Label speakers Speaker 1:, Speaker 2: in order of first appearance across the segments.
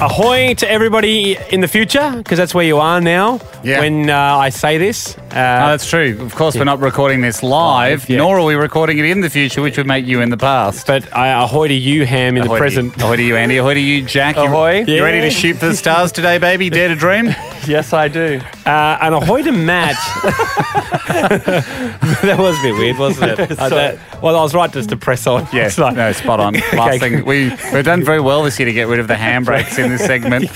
Speaker 1: Ahoy to everybody in the future, because that's where you are now
Speaker 2: Yeah.
Speaker 1: when uh, I say this.
Speaker 2: No,
Speaker 1: Uh,
Speaker 2: that's true. Of course, we're not recording this live,
Speaker 1: yeah.
Speaker 2: nor are we recording it in the future, which would make you in the past.
Speaker 1: but I, ahoy to you, Ham, in
Speaker 2: Ahoy
Speaker 1: the
Speaker 2: to
Speaker 1: present.
Speaker 2: you. Ahoy to you, Andy. Ahoy to you, Jack. You-
Speaker 1: Ahoy.
Speaker 2: You,
Speaker 1: Yeah.
Speaker 2: ready to shoot for the stars today, baby? Dare to dream?
Speaker 1: Yes, I do. Uh, and ahoy to Matt. that was a bit weird, wasn't it? Uh, that- well, I was right just to press on.
Speaker 2: Yeah,
Speaker 1: It's like-
Speaker 2: no, spot on. Last thing, we, we've done very well this year to get rid of the handbrakes in this segment.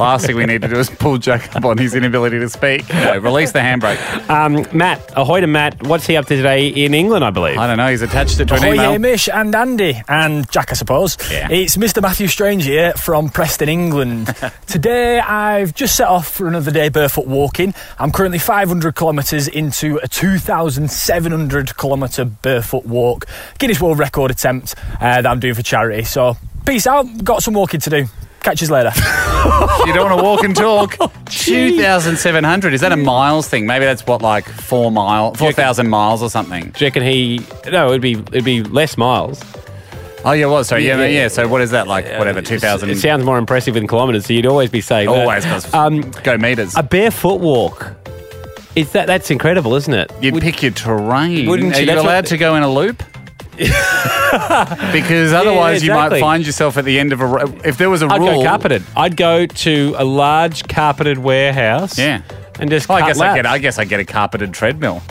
Speaker 2: Last thing we need to do is pull Jack up on his inability to speak. No, release the handbrake.
Speaker 1: Um, Matt, ahoy to Matt. What's he up to today in England, I believe?
Speaker 2: I don't know, he's attached it to an
Speaker 1: Oh,
Speaker 3: Ahoy,
Speaker 2: email.
Speaker 3: Hamish and Andy and Jack, I suppose.
Speaker 2: Yeah.
Speaker 3: It's Mr. Matthew Strange here from Preston, England. Today, I've just set off for another day barefoot walking. I'm currently 500 kilometres into a 2,700 kilometre barefoot walk, Guinness World Record attempt uh, that I'm doing for charity. So, peace out. Got some walking to do. Catch you later.
Speaker 2: You don't want to walk and talk.
Speaker 1: Oh,
Speaker 2: 2,700. Is that a miles thing? Maybe that's what, like four mile, 4,000 miles or something.
Speaker 1: Do you reckon he? No, it'd be it'd be less miles.
Speaker 2: Oh, yeah, well, sorry. Yeah,
Speaker 1: Yeah.
Speaker 2: yeah. So what is that, like, whatever,
Speaker 1: It
Speaker 2: 2,000?
Speaker 1: sounds more impressive in kilometres, so you'd always be saying that.
Speaker 2: Always goes,
Speaker 1: Um,
Speaker 2: go meters.
Speaker 1: A barefoot walk. Is that that's incredible, isn't it?
Speaker 2: You'd pick your terrain.
Speaker 1: Wouldn't
Speaker 2: Are
Speaker 1: you?
Speaker 2: you
Speaker 1: That's what-
Speaker 2: allowed to go in a loop? because otherwise,
Speaker 1: exactly.
Speaker 2: you might find yourself at the end of a. ro- If there was a
Speaker 1: I'd
Speaker 2: rule,
Speaker 1: go carpeted. I'd go to a large carpeted warehouse.
Speaker 2: Yeah.
Speaker 1: And just
Speaker 2: Oh, I
Speaker 1: cut
Speaker 2: guess I
Speaker 1: laps.
Speaker 2: get. I guess I get a carpeted treadmill.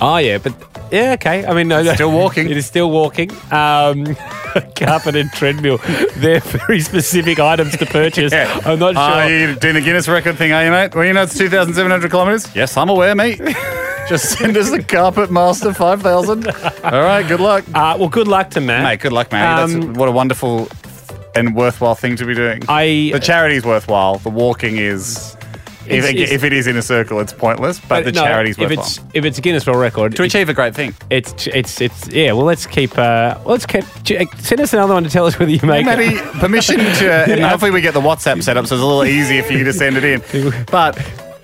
Speaker 1: Oh yeah, but yeah, okay. I mean, no, no.
Speaker 2: still walking.
Speaker 1: It is still walking. Um, carpeted treadmill. They're very specific items to purchase.
Speaker 2: Yeah.
Speaker 1: I'm not sure.
Speaker 2: Oh, you're doing the Guinness record thing, are you, mate? Well, you know it's 2,700 kilometres? Yes, I'm aware, mate. Just send us the Carpet Master 5000. All right, good luck.
Speaker 1: Uh, well, good luck to Matt.
Speaker 2: Mate, good luck, man.
Speaker 1: Um,
Speaker 2: That's, what a wonderful and worthwhile thing to be doing.
Speaker 1: I-
Speaker 2: the charity's worthwhile. The walking is. If,
Speaker 1: It's-
Speaker 2: it,
Speaker 1: it's-
Speaker 2: if it is in a circle, it's pointless, but, the
Speaker 1: no,
Speaker 2: charity's
Speaker 1: if
Speaker 2: worthwhile.
Speaker 1: it's if it's Guinness World Record,
Speaker 2: to achieve a great thing.
Speaker 1: it's, it's it's it's yeah. Well, let's keep. Uh, well, let's keep. Send us another one to tell us whether you make it.
Speaker 2: Matty, permission to, and hopefully we get the WhatsApp set up so it's a little easier for you to send it in. But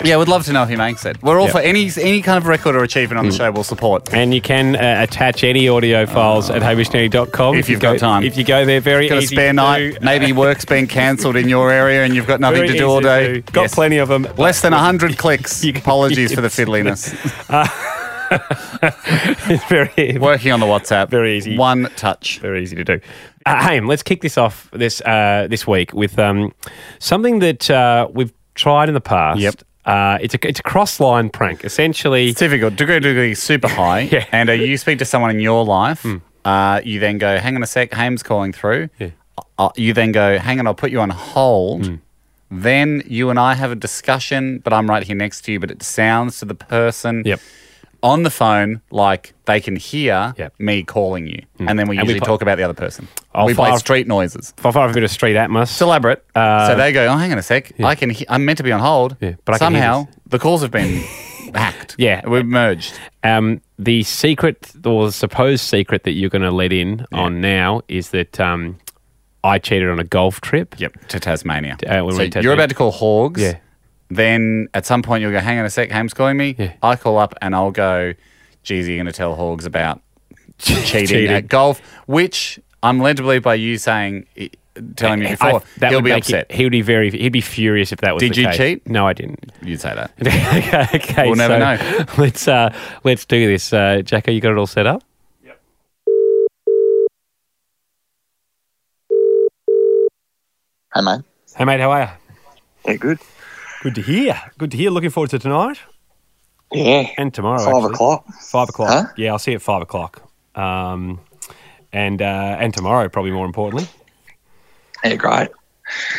Speaker 2: yeah, we'd love to know if he makes it. We're all
Speaker 1: Yeah. Mm.
Speaker 2: for any any kind of record or achievement on the show. We'll support.
Speaker 1: And you can uh, attach any audio files at hamishnetty.com.
Speaker 2: If you've got time.
Speaker 1: If you go there, very
Speaker 2: Got a
Speaker 1: easy
Speaker 2: spare
Speaker 1: to
Speaker 2: night?
Speaker 1: do.
Speaker 2: Maybe work's been cancelled in your area, and you've got nothing
Speaker 1: Very
Speaker 2: to do all
Speaker 1: easy
Speaker 2: day.
Speaker 1: to- Got
Speaker 2: Yes.
Speaker 1: plenty of them.
Speaker 2: Less than hundred clicks.
Speaker 1: You can-
Speaker 2: Apologies for the fiddliness.
Speaker 1: It's very,
Speaker 2: Working on the WhatsApp.
Speaker 1: Very easy.
Speaker 2: One touch.
Speaker 1: very easy to do. Uh, Haim, let's kick this off this uh, this week with um, something that uh, we've tried in the past.
Speaker 2: Yep.
Speaker 1: Uh, it's a it's a cross line prank. Essentially,
Speaker 2: It's difficult. Degree degree is super high.
Speaker 1: Yeah. Hmm.
Speaker 2: And uh, you speak to someone in your life. Uh, you then go, hang on a sec, Haim's calling through.
Speaker 1: Yeah. Hmm.
Speaker 2: Uh, you then go, hang on, I'll put you on hold. Then you and I have a discussion, but I'm right here next to you. But it sounds to the person
Speaker 1: Yep.
Speaker 2: on the phone like they can hear
Speaker 1: Yep. Hmm.
Speaker 2: me calling you. And then we
Speaker 1: And we
Speaker 2: usually
Speaker 1: pl-
Speaker 2: talk about the other person.
Speaker 1: I'll
Speaker 2: we play
Speaker 1: fire-
Speaker 2: street noises.
Speaker 1: if I've got a street atmos,
Speaker 2: It's elaborate.
Speaker 1: Uh,
Speaker 2: so they go, oh, hang on a sec. I can. He- I'm meant to be on hold.
Speaker 1: Yeah, but I can hear
Speaker 2: somehow the calls have been hacked.
Speaker 1: Yeah.
Speaker 2: we've merged.
Speaker 1: Um, the secret or the supposed secret that you're going to let in on now is that um, I cheated on a golf trip.
Speaker 2: Yep, to Tasmania.
Speaker 1: uh, we
Speaker 2: so
Speaker 1: went to Tasmania.
Speaker 2: you're about to call Hogs.
Speaker 1: Yeah.
Speaker 2: Then at some point you'll go, hang on a sec, Ham's calling me.
Speaker 1: Yeah.
Speaker 2: I call up and I'll go, geez, you're going to tell Hogs about cheating,
Speaker 1: Cheating.
Speaker 2: at golf, which I'm led to believe by you saying, telling me
Speaker 1: I-
Speaker 2: before, he'll
Speaker 1: would
Speaker 2: be
Speaker 1: make
Speaker 2: upset.
Speaker 1: It, he would be very. He'd be furious if that was.
Speaker 2: Did
Speaker 1: the
Speaker 2: you
Speaker 1: case.
Speaker 2: cheat?
Speaker 1: No, I didn't.
Speaker 2: You'd say that.
Speaker 1: okay,
Speaker 2: We'll never
Speaker 1: so
Speaker 2: know.
Speaker 1: Let's uh, let's do this, uh, Jacko. You got it all set up.
Speaker 4: Hey, mate.
Speaker 1: Hey mate, how are you?
Speaker 4: Yeah, good.
Speaker 1: Good to hear. Good to hear. Looking forward to tonight
Speaker 4: Yeah.
Speaker 1: and tomorrow.
Speaker 4: Five
Speaker 1: Oh, actually.
Speaker 4: o'clock.
Speaker 1: Five o'clock.
Speaker 4: Huh?
Speaker 1: Yeah, I'll see you at five o'clock. Um, and uh, and tomorrow, probably more importantly.
Speaker 4: Yeah, great.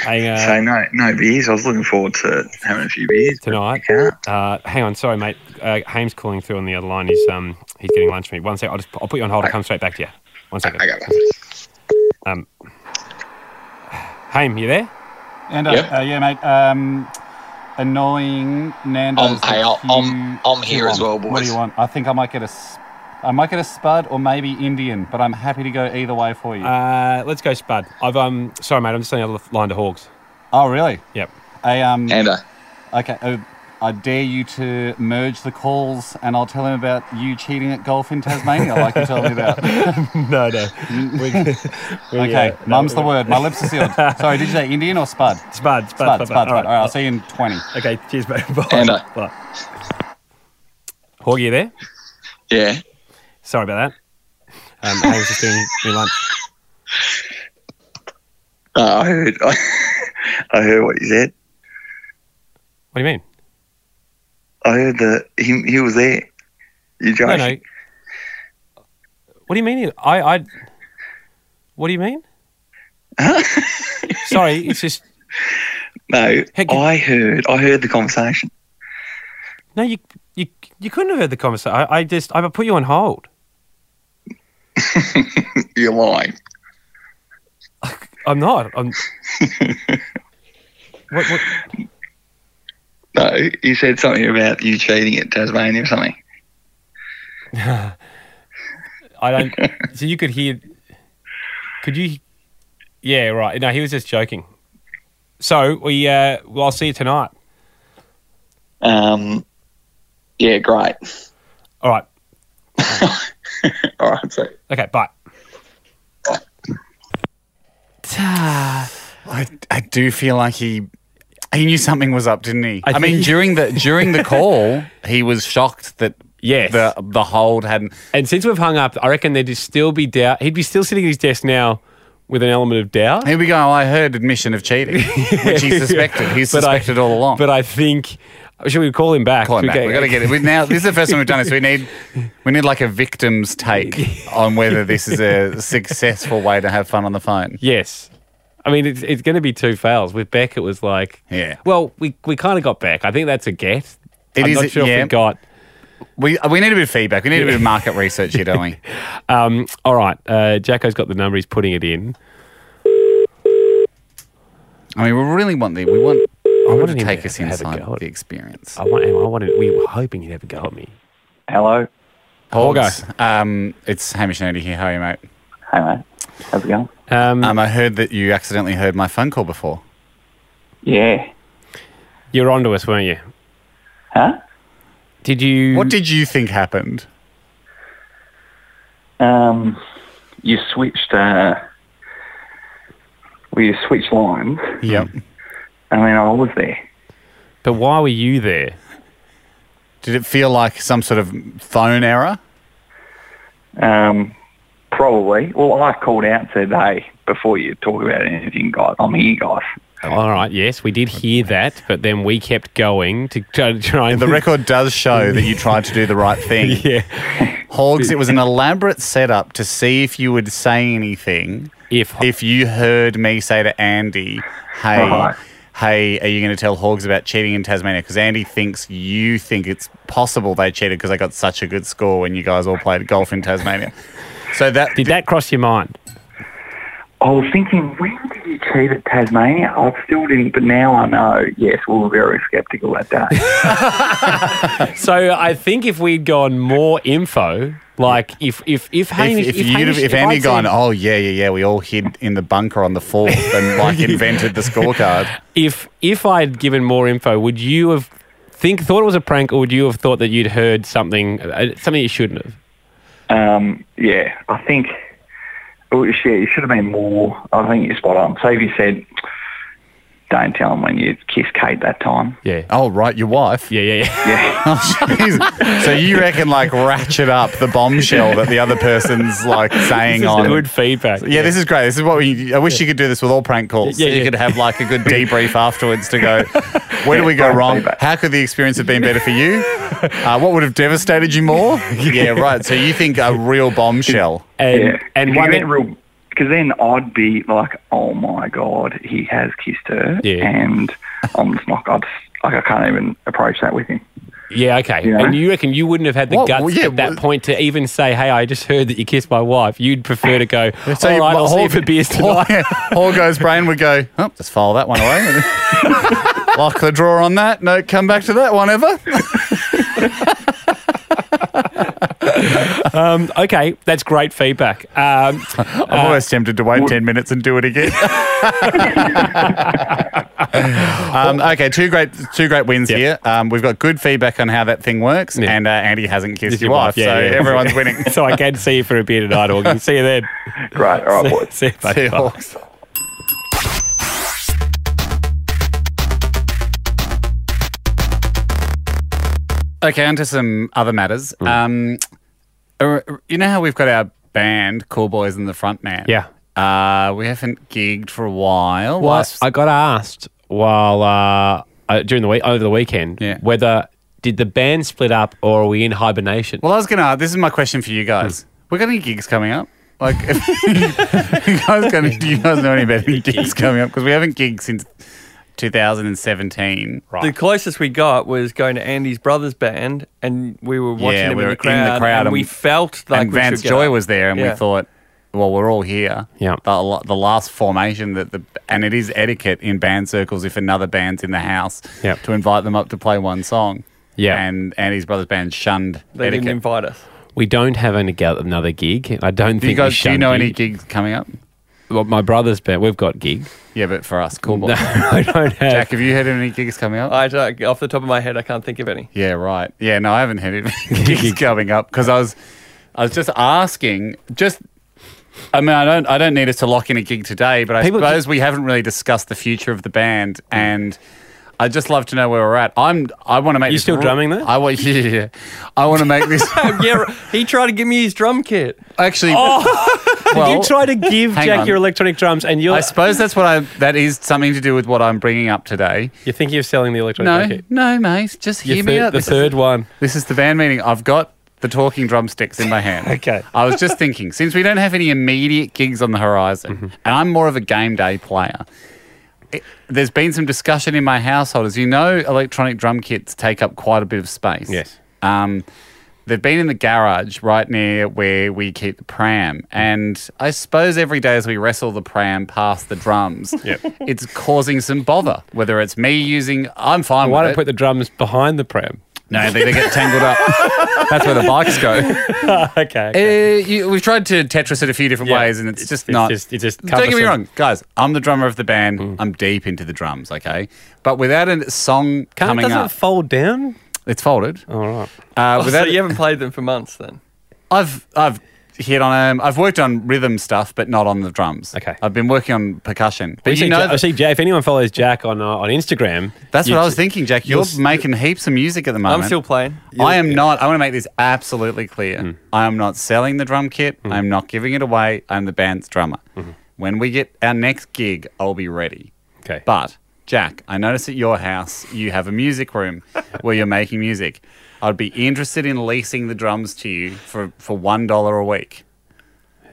Speaker 1: Hey, uh,
Speaker 4: so no, no beers. I was looking forward to having a few beers.
Speaker 1: tonight.
Speaker 4: Yeah.
Speaker 1: Uh, hang on, sorry, mate. Uh, Hames calling through on the other line. He's um he's getting lunch for me. One sec. I'll just I'll put you on hold. I'll come straight back to you. One second.
Speaker 4: I got that.
Speaker 1: Um, Haim, you there?
Speaker 2: And
Speaker 4: Yep. uh,
Speaker 2: yeah, mate. Um, annoying Nando's.
Speaker 4: Um, hey, that I'll- I'm- you- I'm here you as want. well, What do boys. you
Speaker 2: want? I think I might get a I might get a spud or maybe Indian, but I'm happy to go either way for you.
Speaker 1: Uh, let's go Spud. I've um sorry mate, I'm just saying other line to Hogs.
Speaker 2: oh, really?
Speaker 1: Yep.
Speaker 2: A um.
Speaker 5: And uh,
Speaker 2: okay. Oh, I dare you to merge the calls, and I'll tell him about you cheating at golf in Tasmania, like you told me about.
Speaker 1: No, no. We- we,
Speaker 2: Okay,
Speaker 1: uh, no,
Speaker 2: mum's the
Speaker 1: we-
Speaker 2: word. My lips are sealed. Sorry, did you say Indian or spud? Spud,
Speaker 1: Spud, Spud,
Speaker 2: spud, spud. All right, I'll
Speaker 1: Alright.
Speaker 2: see you in 20.
Speaker 1: Okay, cheers, mate. Bye.
Speaker 5: And, uh,
Speaker 1: Bye. Hoggy, you there?
Speaker 5: yeah.
Speaker 1: Sorry about that. Um, Hayes just doing, doing lunch.
Speaker 5: Uh, I heard. I, heard what you said.
Speaker 1: What do you mean?
Speaker 5: I heard that he, he was there. You
Speaker 1: No,
Speaker 5: joking?
Speaker 1: no. What do you mean? I, I. What do you mean? Sorry, it's just
Speaker 5: No,
Speaker 1: Heck,
Speaker 5: I heard. I heard the conversation.
Speaker 1: no. You, you, you couldn't have heard the conversation. I, I just, I put you on hold.
Speaker 5: You're lying.
Speaker 1: I'm not. I'm. what, what?
Speaker 5: No, you said something about you cheating at Tasmania or something.
Speaker 1: I don't. So you could hear. Could you? Yeah, right. No, he was just joking. So we, uh, well, I'll see you tonight.
Speaker 5: Um, yeah, great.
Speaker 1: All right.
Speaker 5: All right, so
Speaker 1: Okay. Bye.
Speaker 2: I, I do feel like he he knew something was up, didn't he? I,
Speaker 1: think-
Speaker 2: mean, during the during the call, he was shocked that
Speaker 1: Yes.
Speaker 2: the the hold hadn't.
Speaker 1: And since we've hung up, I reckon there'd just still be doubt. He'd be still sitting at his desk now with an element of doubt.
Speaker 2: Here we go. I heard admission of cheating, which he suspected. He
Speaker 1: But I-
Speaker 2: suspected all along.
Speaker 1: But I think should we call him back?
Speaker 2: Call him back.
Speaker 1: Okay,
Speaker 2: We've got to get it. We, now, this is the first time we've done this. We need, we need like a victim's take on whether this is a successful way to have fun on the phone.
Speaker 1: Yes. I mean, it's, it's going to be two fails. With Beck, it was like,
Speaker 2: Yeah.
Speaker 1: Well, we we kind of got Beck. I think that's a get.
Speaker 2: It
Speaker 1: I'm
Speaker 2: is a-
Speaker 1: not sure if
Speaker 2: yeah.
Speaker 1: we got.
Speaker 2: We, we need a bit of feedback. We need a bit of market research here, don't we?
Speaker 1: Um, all right, uh, Jacko's got the number. He's putting it in.
Speaker 2: I mean, we really want the we want. I want
Speaker 1: wanted
Speaker 2: to
Speaker 1: him to
Speaker 2: take
Speaker 1: have-
Speaker 2: us
Speaker 1: have a
Speaker 2: inside
Speaker 1: go at- Uh,
Speaker 2: the experience.
Speaker 1: I want. I wanted. We were hoping he'd have a go at me.
Speaker 5: hello.
Speaker 1: Hogs.
Speaker 2: Hogs, Um, it's Hamish and Andy here. How are you, mate?
Speaker 5: Hey mate, how's it going?
Speaker 1: Um,
Speaker 2: Um, I heard that you accidentally heard my phone call before.
Speaker 5: Yeah.
Speaker 1: you were onto us, weren't you?
Speaker 5: Huh?
Speaker 1: Did you?
Speaker 2: What did you think happened?
Speaker 5: Um, you switched. Uh, well, you switched lines.
Speaker 2: Yep.
Speaker 5: I mean, I was there.
Speaker 1: but why were you there?
Speaker 2: Did it feel like some sort of phone error?
Speaker 5: Um, probably. Well, I called out and said, "Hey, before you talk about anything, guys, I'm here, guys."
Speaker 1: All right. Yes, we did hear that, but then we kept going to try, try and
Speaker 2: The record does show that you tried to do the right thing.
Speaker 1: yeah.
Speaker 2: Hogs, it was an elaborate setup to see if you would say anything.
Speaker 1: If
Speaker 2: If you heard me say to Andy, hey,
Speaker 5: Right.
Speaker 2: hey, are you going to tell Hogs about cheating in Tasmania? Because Andy thinks you think it's possible they cheated because they got such a good score when you guys all played golf in Tasmania. So that
Speaker 1: did that cross your mind?
Speaker 5: I was thinking, when did you cheat at Tasmania? I still didn't, but now I know. Yes, we were very sceptical that day.
Speaker 1: So I think if we'd gone more info, like if if if Hamish,
Speaker 2: if, if, you'd have,
Speaker 1: Hamish-
Speaker 2: if
Speaker 1: I'd
Speaker 2: Andy
Speaker 1: said-
Speaker 2: gone, oh yeah, yeah, yeah, we all hid in the bunker on the fourth and like invented the scorecard.
Speaker 1: if if I'd given more info, would you have think thought it was a prank, or would you have thought that you'd heard something uh, something you shouldn't have?
Speaker 5: Um, yeah, I think oh, yeah, it should have been more. I think you're spot on. So if you said, "Don't tell them when you kissed Kate that time,"
Speaker 1: Yeah,
Speaker 2: Oh right, your wife.
Speaker 1: yeah, yeah, yeah.
Speaker 2: Oh, jeez. so you reckon like ratchet up the bombshell that the other person's like saying
Speaker 1: This is
Speaker 2: on?
Speaker 1: good feedback.
Speaker 2: Yeah, this is great. This is what we. I wish you could do this with all prank calls.
Speaker 1: Yeah,
Speaker 2: you
Speaker 1: yeah.
Speaker 2: could have like a good debrief afterwards to go. Where did we go wrong? How could the experience have been better for you? Uh, what would have devastated you more? Yeah, right. So you think a real bombshell?
Speaker 1: and
Speaker 5: yeah,
Speaker 1: and one e- that,
Speaker 5: because then I'd be like, "Oh my god, he has kissed her,"
Speaker 1: Yeah.
Speaker 5: and I'm just not. I'd, like I can't even approach that with him.
Speaker 1: yeah, okay.
Speaker 5: You know?
Speaker 1: And you reckon you wouldn't have had the
Speaker 2: What-
Speaker 1: guts
Speaker 2: well, yeah,
Speaker 1: at that
Speaker 2: well-
Speaker 1: point to even say, "Hey, I just heard that you kissed my wife." You'd prefer to go,
Speaker 2: So
Speaker 1: "All right,
Speaker 2: my
Speaker 1: I'll see
Speaker 2: whole-
Speaker 1: you for beers
Speaker 2: Hall,
Speaker 1: tonight."
Speaker 2: yeah, Hall goes brain would go, oh, let's file that one away. Lock the drawer on that. No, come back to that one ever.
Speaker 6: Um, okay, that's great feedback. Um,
Speaker 2: I'm almost tempted to wait 10 minutes and do it again. um, okay, two great two great wins here. Um, we've got good feedback on how that thing works,
Speaker 1: Yeah.
Speaker 2: and uh, Andy hasn't kissed
Speaker 1: It's
Speaker 2: your wife,
Speaker 1: yeah,
Speaker 2: so
Speaker 1: yeah.
Speaker 2: everyone's winning.
Speaker 1: so I can see you for a beer tonight, Augie. See you then.
Speaker 4: Great. All right, boys.
Speaker 1: See you, mate.
Speaker 2: See you
Speaker 1: Bye.
Speaker 2: all. Okay, on to some other matters. Um, er- er, you know how we've got our band, Cool Boys and the Frontman?
Speaker 1: Yeah.
Speaker 2: Uh, we haven't gigged for a while.
Speaker 1: Well,
Speaker 2: Last-
Speaker 1: I got asked while uh, uh, during the week over the weekend
Speaker 2: Yeah.
Speaker 1: whether did the band split up or are we in hibernation?
Speaker 2: Well, I was going to. This is my question for you
Speaker 7: Hmm.
Speaker 2: guys. We got any gigs coming up? Like, if you guys got any, do you guys know any about any gigs coming up? Because we haven't gigged since 2017. Right.
Speaker 7: The closest we got was going to Andy's brother's band, and we were watching
Speaker 2: Yeah,
Speaker 7: them
Speaker 2: we
Speaker 7: in
Speaker 2: were
Speaker 7: the crowd, and we felt like
Speaker 2: and
Speaker 7: we
Speaker 2: Vance
Speaker 7: should get
Speaker 2: Joy
Speaker 7: up.
Speaker 2: was there, and we
Speaker 7: Yeah.
Speaker 2: thought, well, we're all here.
Speaker 1: Yeah.
Speaker 2: The, la- the last formation that the and it is etiquette in band circles if another band's in the house
Speaker 1: Yeah.
Speaker 2: to invite them up to play one song.
Speaker 1: Yeah.
Speaker 2: And Andy's brother's band shunned
Speaker 7: They
Speaker 2: etiquette.
Speaker 7: didn't invite us.
Speaker 1: We don't have any, ga- another gig. I don't
Speaker 2: do
Speaker 1: think.
Speaker 2: you guys?
Speaker 1: we
Speaker 2: Do you know
Speaker 1: shunned
Speaker 2: any
Speaker 1: gig.
Speaker 2: gigs coming up?
Speaker 1: Well, my brother's band. We've got gig.
Speaker 2: Yeah, but for us, cool.
Speaker 1: No,
Speaker 2: boys.
Speaker 1: I don't have.
Speaker 2: Jack, have you heard of any gigs coming up?
Speaker 7: I don't, off the top of my head, I can't think of any.
Speaker 2: yeah, right. Yeah, no, I haven't heard of any gigs coming up because I was, I was just asking. Just, I mean, I don't, I don't need us to lock in a gig today, but I
Speaker 1: People Mm.
Speaker 2: suppose we haven't really discussed the future of the band, and I'd just love to know where we're at. I'm, I want to make
Speaker 1: You
Speaker 2: this
Speaker 1: still
Speaker 2: re-
Speaker 1: drumming though?
Speaker 2: I want, yeah, yeah, yeah. I want to make this
Speaker 7: yeah, right. he tried to give me his drum kit.
Speaker 2: actually.
Speaker 1: Did
Speaker 2: well,
Speaker 1: Oh. you try to give
Speaker 2: hang
Speaker 1: Jack
Speaker 2: on.
Speaker 1: your electronic drums, and you're
Speaker 2: I suppose that's what I. That is something to do with what I'm bringing up today.
Speaker 1: you're thinking of selling the electronic
Speaker 2: No,
Speaker 1: jacket.
Speaker 2: no, mate. Just
Speaker 1: Your
Speaker 2: hear me
Speaker 1: third-
Speaker 2: out.
Speaker 1: the
Speaker 2: This is-
Speaker 1: third one.
Speaker 2: This is the band meeting. I've got the talking drumsticks in my hand.
Speaker 1: Okay.
Speaker 2: I was just thinking, since we don't have any immediate gigs on the horizon,
Speaker 1: Mm-hmm.
Speaker 2: and I'm more of a game day player, it- there's been some discussion in my household. As you know, electronic drum kits take up quite a bit of space.
Speaker 1: Yes.
Speaker 2: Um, they've been in the garage right near where we keep the
Speaker 1: Mm-hmm.
Speaker 2: pram. And I suppose every day as we wrestle the pram past the drums, it's causing some bother. Whether it's me using, I'm fine
Speaker 1: Why
Speaker 2: with
Speaker 1: don't
Speaker 2: it.
Speaker 1: put the drums behind the pram?
Speaker 2: No, they, they get tangled up. That's where the bikes go.
Speaker 1: Okay.
Speaker 2: Uh, you, we've tried to Tetris it a few different
Speaker 1: Yeah.
Speaker 2: ways, and it's just Hmm.
Speaker 1: it's
Speaker 2: not.
Speaker 1: just- it's just
Speaker 2: don't get me
Speaker 1: cumbersome.
Speaker 2: wrong, guys. I'm the drummer of the band. I'm deep into the drums, okay. But without a song
Speaker 1: Can't,
Speaker 2: coming
Speaker 1: doesn't
Speaker 2: up,
Speaker 1: it fold down?
Speaker 2: it's folded.
Speaker 1: All right.
Speaker 2: Uh,
Speaker 7: so
Speaker 2: without,
Speaker 7: you haven't played them for months then?
Speaker 2: I've I've hit on. Um, I've worked on rhythm stuff, but not on the drums.
Speaker 1: Okay.
Speaker 2: I've been working on percussion.
Speaker 1: I
Speaker 2: But
Speaker 1: see,
Speaker 2: you know,
Speaker 1: Jack, I
Speaker 2: that-
Speaker 1: see Jack. If anyone follows Jack on uh, on Instagram,
Speaker 2: that's
Speaker 1: you
Speaker 2: what I
Speaker 1: ju-
Speaker 2: was thinking, Jack. You're
Speaker 1: you'll-
Speaker 2: making heaps of music at the moment.
Speaker 7: I'm still playing.
Speaker 2: I am not. I want to make this absolutely clear.
Speaker 7: Mm.
Speaker 2: I am not selling the drum kit. I am not giving it away. I'm the band's drummer.
Speaker 7: Mm-hmm.
Speaker 2: When we get our next gig, I'll be ready.
Speaker 1: Okay.
Speaker 2: But Jack, I notice at your house you have a music room where you're making music. I'd be interested in leasing the drums to you for for one dollar a week.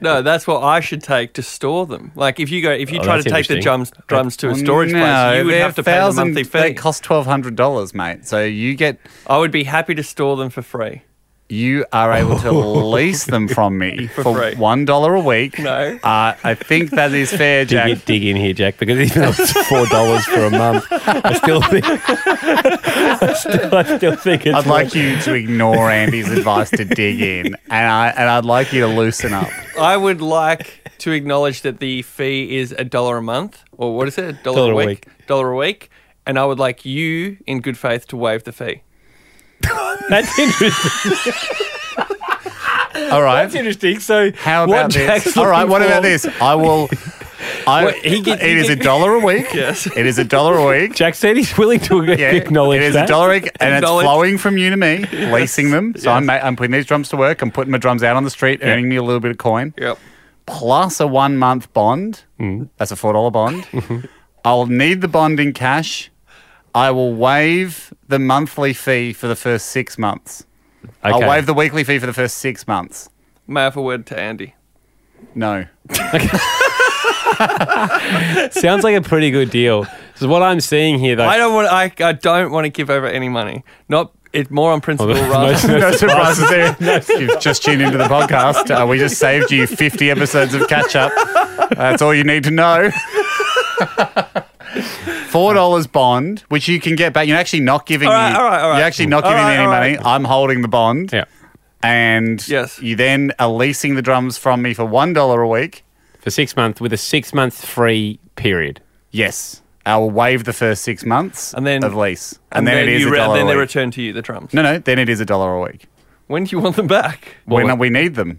Speaker 7: No, that's what I should take to store them. Like if you go, if you
Speaker 1: Oh,
Speaker 7: try to
Speaker 1: that's
Speaker 7: take the
Speaker 1: interesting.
Speaker 7: drums, drums to a
Speaker 2: Well,
Speaker 7: storage
Speaker 2: no,
Speaker 7: place, you would
Speaker 2: they're
Speaker 7: have to pay the
Speaker 2: 1,000
Speaker 7: monthly
Speaker 2: They
Speaker 7: fee.
Speaker 2: cost twelve hundred dollars, mate. So you get
Speaker 7: I would be happy to store them for free.
Speaker 2: you are able to lease them from me for,
Speaker 7: free.
Speaker 2: one dollar a week.
Speaker 7: No.
Speaker 2: uh, I think that is fair,
Speaker 1: dig,
Speaker 2: Jack.
Speaker 1: in- dig in here, Jack, because even though it's four dollars for a month, I still think I still, I still think it's
Speaker 2: I'd
Speaker 1: worth-
Speaker 2: like you to ignore Andy's advice to dig in, and I and I'd like you to loosen up.
Speaker 7: I would like to acknowledge that the fee is a dollar a month, or what is it? A dollar,
Speaker 1: Dollar a
Speaker 7: a week, Dollar a week. And I would like you, in good faith, to waive the fee.
Speaker 1: that's interesting.
Speaker 2: All right.
Speaker 1: That's interesting. So
Speaker 2: How about
Speaker 1: what
Speaker 2: this?
Speaker 1: Jack's
Speaker 2: All right.
Speaker 1: looking
Speaker 2: What
Speaker 1: for-
Speaker 2: about this? I will. I,
Speaker 1: Well, he gets-
Speaker 2: it
Speaker 1: he
Speaker 2: is a
Speaker 1: gets-
Speaker 2: dollar a week.
Speaker 7: Yes.
Speaker 2: It is a dollar a week.
Speaker 1: Jack said he's willing to acknowledge
Speaker 2: it is
Speaker 1: that.
Speaker 2: a dollar a week, and it's
Speaker 7: Acknowledge-
Speaker 2: flowing from you to me, leasing them. So I'm, ma- I'm putting these drums to work. I'm putting my drums out on the street, earning me a little bit of coin.
Speaker 7: Yep.
Speaker 2: plus a one month bond.
Speaker 7: Mm.
Speaker 2: That's a four dollar bond.
Speaker 7: Mm-hmm.
Speaker 2: I'll need the bond in cash. I will waive the monthly fee for the first six months. I'll
Speaker 1: Okay.
Speaker 2: waive the weekly fee for the first six months.
Speaker 7: May I have a word to Andy?
Speaker 2: No.
Speaker 1: Sounds like a pretty good deal. So what I'm seeing here, though,
Speaker 7: I don't want. I, I don't want to give over any money. Not it. More on principle, rather.
Speaker 1: no,
Speaker 2: No surprises there. You've just tuned into the podcast. Uh, we just saved you 50 episodes of catch up. That's all you need to know. Four dollars bond, which you can get back. You're actually not giving
Speaker 7: All right,
Speaker 2: me.
Speaker 7: all right, all right.
Speaker 2: You're actually not giving
Speaker 7: All
Speaker 2: me
Speaker 7: right,
Speaker 2: any
Speaker 7: all
Speaker 2: money.
Speaker 7: right.
Speaker 2: I'm holding the bond.
Speaker 1: yeah.
Speaker 2: and
Speaker 7: Yes.
Speaker 2: you then are leasing the drums from me for one dollar a week.
Speaker 1: for six months with a six month free period.
Speaker 2: Yes, I will waive the first six months
Speaker 7: And then-
Speaker 2: of lease,
Speaker 7: And, then,
Speaker 2: it is
Speaker 7: you
Speaker 2: a
Speaker 7: re-
Speaker 2: dollar
Speaker 7: then
Speaker 2: a
Speaker 7: they
Speaker 2: week.
Speaker 7: return to you the drums.
Speaker 2: no, no, then it is a dollar a week.
Speaker 7: When do you want them back?
Speaker 2: when we need them.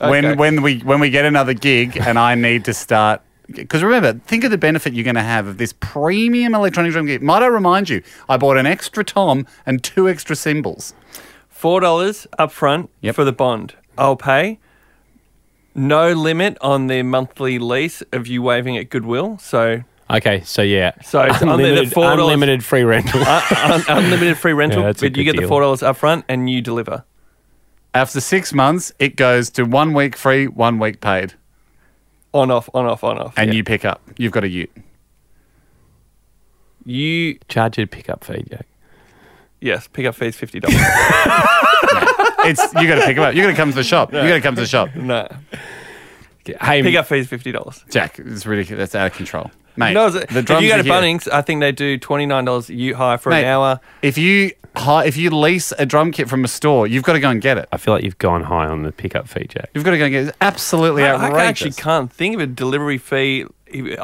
Speaker 2: When when we when we get another gig and I need to start because remember, think of the benefit you're going to have of this premium electronic drum kit. Might I remind you, I bought an extra tom and two extra cymbals.
Speaker 7: Four dollars up front
Speaker 2: Yep.
Speaker 7: for the bond. I'll pay. No limit on the monthly lease of you waiving at goodwill. So
Speaker 1: Okay, so yeah,
Speaker 7: So it's unlimited- $4.
Speaker 1: unlimited free rental.
Speaker 2: Uh,
Speaker 7: un- unlimited free rental,
Speaker 1: Yeah, that's a
Speaker 7: but you
Speaker 1: good
Speaker 7: get the
Speaker 1: deal.
Speaker 7: four dollars up front and you deliver.
Speaker 2: After six months, it goes to one week free, one week paid,
Speaker 7: On off, on off, on off.
Speaker 2: and
Speaker 7: Yeah.
Speaker 2: you pick up. You've got a Ute.
Speaker 7: you
Speaker 1: Charge your pickup fee, Jack.
Speaker 7: yes, pick up fees fifty dollars.
Speaker 2: It's you got to pick 'em up. You're going to come to the shop. You're going to come to the shop,
Speaker 7: no.
Speaker 1: Hey,
Speaker 7: Pick up fees fifty dollars.
Speaker 2: Jack. It's ridiculous. That's out of control, mate.
Speaker 7: No, it's-
Speaker 2: the
Speaker 7: if
Speaker 2: drums
Speaker 7: you go
Speaker 2: are
Speaker 7: to
Speaker 2: here.
Speaker 7: Bunnings, I think they do twenty nine dollars you hire for
Speaker 2: Mate,
Speaker 7: an hour.
Speaker 2: If you hi- if you lease a drum kit from a store, you've got to go and get it.
Speaker 1: I feel like you've gone high on the pickup fee, Jack.
Speaker 2: You've got to go and get it's absolutely
Speaker 7: I-
Speaker 2: outrageous.
Speaker 7: I actually can't think of a delivery fee. IKEA,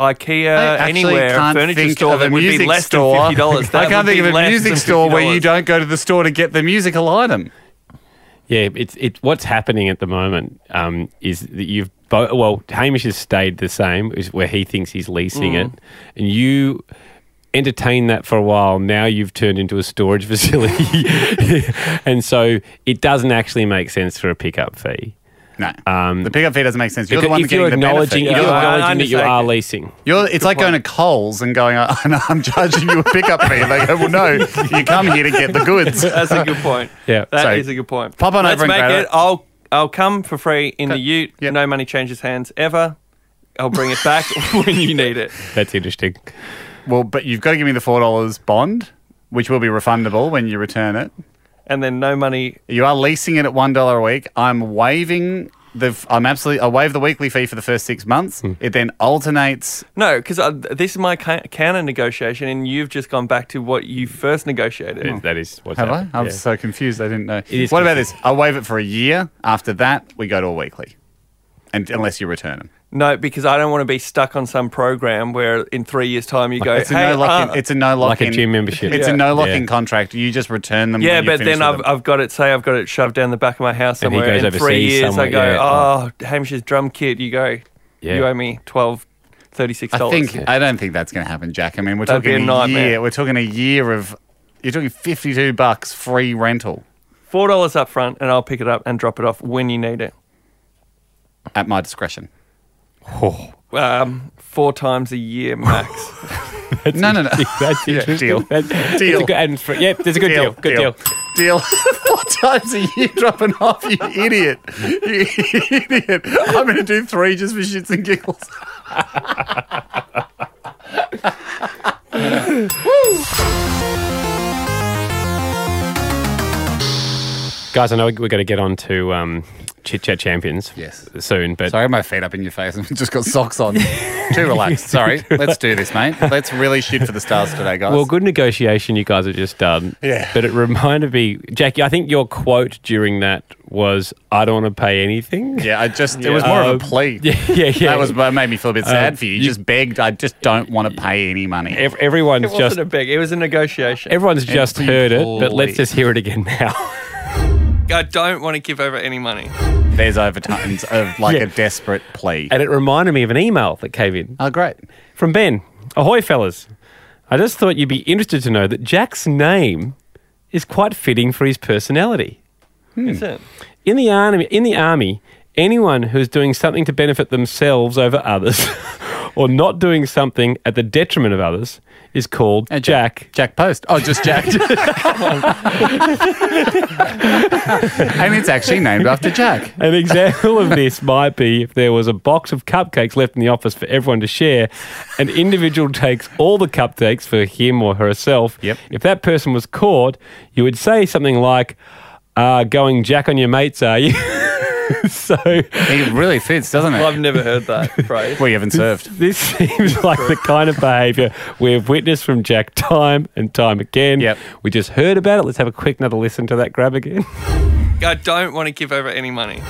Speaker 2: I actually
Speaker 7: anywhere, a
Speaker 2: can't
Speaker 7: furniture
Speaker 2: think
Speaker 7: store
Speaker 2: of a
Speaker 7: that would be
Speaker 2: music
Speaker 7: less
Speaker 2: store.
Speaker 7: than fifty dollars.
Speaker 2: I can't think of a music store where you don't go to the store to get the musical item.
Speaker 1: Yeah, it's it. What's happening at the moment um, is that you've bo- well, Hamish has stayed the same, is where he thinks he's leasing
Speaker 2: Mm.
Speaker 1: it, and you entertained that for a while. Now you've turned into a storage facility, and so it doesn't actually make sense for a pickup fee.
Speaker 2: No,
Speaker 7: Um,
Speaker 2: the pickup fee doesn't make sense. You're the one
Speaker 1: if
Speaker 2: getting
Speaker 1: you're
Speaker 2: the
Speaker 1: acknowledging, if
Speaker 2: benefit.
Speaker 7: Yeah,
Speaker 1: you're
Speaker 7: I- I
Speaker 1: acknowledging that you
Speaker 7: understand.
Speaker 1: are leasing.
Speaker 2: You're, it's like going to Coles and going, oh, no, I'm charging you a pickup fee. And they go, well, no, you come here to get the goods.
Speaker 7: That's a good point.
Speaker 1: Yeah.
Speaker 7: that is
Speaker 2: So,
Speaker 7: a good point.
Speaker 2: pop on
Speaker 7: Let's
Speaker 2: over and
Speaker 7: make
Speaker 2: grab
Speaker 7: it.
Speaker 2: it.
Speaker 7: I'll I'll come for free in the Ute.
Speaker 2: Yep.
Speaker 7: No money changes hands ever. I'll bring it back when you need it.
Speaker 1: That's interesting.
Speaker 2: Well, but you've got to give me the $4 bond, which will be refundable when you return it.
Speaker 7: And then no money.
Speaker 2: You are leasing it at one dollar a week. I'm waiving the. I'm absolutely. I waive the weekly fee for the first six months.
Speaker 1: Hmm.
Speaker 2: It then alternates.
Speaker 7: No, because this is my ca- counter negotiation, and you've just gone back to what you first negotiated.
Speaker 2: Hmm.
Speaker 1: That is what's
Speaker 2: Have
Speaker 1: happening.
Speaker 2: I? I'm
Speaker 1: yeah.
Speaker 2: so confused. I didn't know. What
Speaker 1: is
Speaker 2: about this? I waive it for a year. After that, we go to a weekly, and unless you return them.
Speaker 7: No, because I don't want to be stuck on some program where in three years' time you go,
Speaker 2: It's a
Speaker 7: hey,
Speaker 2: no lock in.
Speaker 7: uh,
Speaker 2: it's a no lock
Speaker 1: like
Speaker 2: in.
Speaker 1: a gym membership.
Speaker 2: It's a no lock in
Speaker 1: Yeah.
Speaker 2: contract. You just return them.
Speaker 7: yeah,
Speaker 2: when you
Speaker 7: but
Speaker 2: finish
Speaker 7: then
Speaker 2: with
Speaker 7: I've,
Speaker 2: them.
Speaker 7: I've got it. Say I've got it shoved down the back of my house
Speaker 1: And he
Speaker 7: somewhere.
Speaker 1: goes
Speaker 7: in three
Speaker 1: overseas
Speaker 7: years, I
Speaker 1: somewhere,
Speaker 7: go,
Speaker 1: yeah,
Speaker 7: oh, Hamish's drum kit. You go,
Speaker 1: Yeah.
Speaker 7: you owe me twelve, thirty-six
Speaker 2: I
Speaker 7: dollars.
Speaker 2: think I don't think that's going to happen, Jack. I mean, we're
Speaker 7: That'd be
Speaker 2: talking
Speaker 7: a
Speaker 2: a
Speaker 7: nightmare.
Speaker 2: year. We're talking a year of. You're talking fifty-two bucks free rental
Speaker 7: four dollars up front, and I'll pick it up and drop it off when you need it.
Speaker 2: at my discretion.
Speaker 7: Um, four times a year max.
Speaker 2: no, no, no.
Speaker 1: That's
Speaker 2: Yeah,
Speaker 1: interesting.
Speaker 2: deal.
Speaker 1: That's, that's
Speaker 2: Deal.
Speaker 1: a good, and for, yep, there's a good deal. Good deal.
Speaker 2: Deal. Four times a year dropping off, you idiot. You idiot. I'm going to do three just for shits and giggles.
Speaker 1: Guys, I know we're going to get on to um, Chit Chat Champions
Speaker 2: Yes.
Speaker 1: soon, but
Speaker 2: Sorry, my feet up in your face. I've just got socks on. Too relaxed. Sorry. Let's do this, mate. Let's really shoot for the stars today, guys.
Speaker 1: well, good negotiation you guys have just done.
Speaker 2: Yeah.
Speaker 1: But it reminded me, Jackie, I think your quote during that was, I don't want to pay anything.
Speaker 2: Yeah, I just, it was more of a
Speaker 1: Um,
Speaker 2: plea.
Speaker 1: Yeah, yeah, yeah.
Speaker 2: That was what made me feel a bit sad
Speaker 1: Um,
Speaker 2: for you. You
Speaker 1: you-
Speaker 2: just begged, I just don't want to pay any money.
Speaker 1: Ev- everyone's
Speaker 7: it wasn't
Speaker 1: just
Speaker 7: a big. It was a negotiation.
Speaker 1: everyone's just heard it, but
Speaker 2: Employee.
Speaker 1: let's just hear it again now.
Speaker 7: I don't want to give over any money.
Speaker 2: There's overtimes of like
Speaker 1: Yeah.
Speaker 2: a desperate plea.
Speaker 1: and it reminded me of an email that came in
Speaker 2: Oh, great.
Speaker 1: from Ben. Ahoy, fellas. I just thought you'd be interested to know that Jack's name is quite fitting for his personality.
Speaker 7: Is it?
Speaker 1: In the army, in the army, anyone who's doing something to benefit themselves over others, or not doing something at the detriment of others, is called Jack.
Speaker 2: Jack Post. Oh, just Jack. and it's actually named after Jack.
Speaker 1: An example of this might be if there was a box of cupcakes left in the office for everyone to share, an individual takes all the cupcakes for him or herself.
Speaker 2: Yep.
Speaker 1: If that person was caught, you would say something like, uh, going Jack on your mates, are you? so
Speaker 2: It really fits, doesn't it?
Speaker 7: Well, I've never heard that phrase.
Speaker 2: well, you haven't served.
Speaker 1: This seems like the kind of behaviour we have witnessed from Jack time and time again.
Speaker 2: Yep.
Speaker 1: We just heard about it. Let's have a quick another listen to that grab again.
Speaker 7: I don't want to give over any money.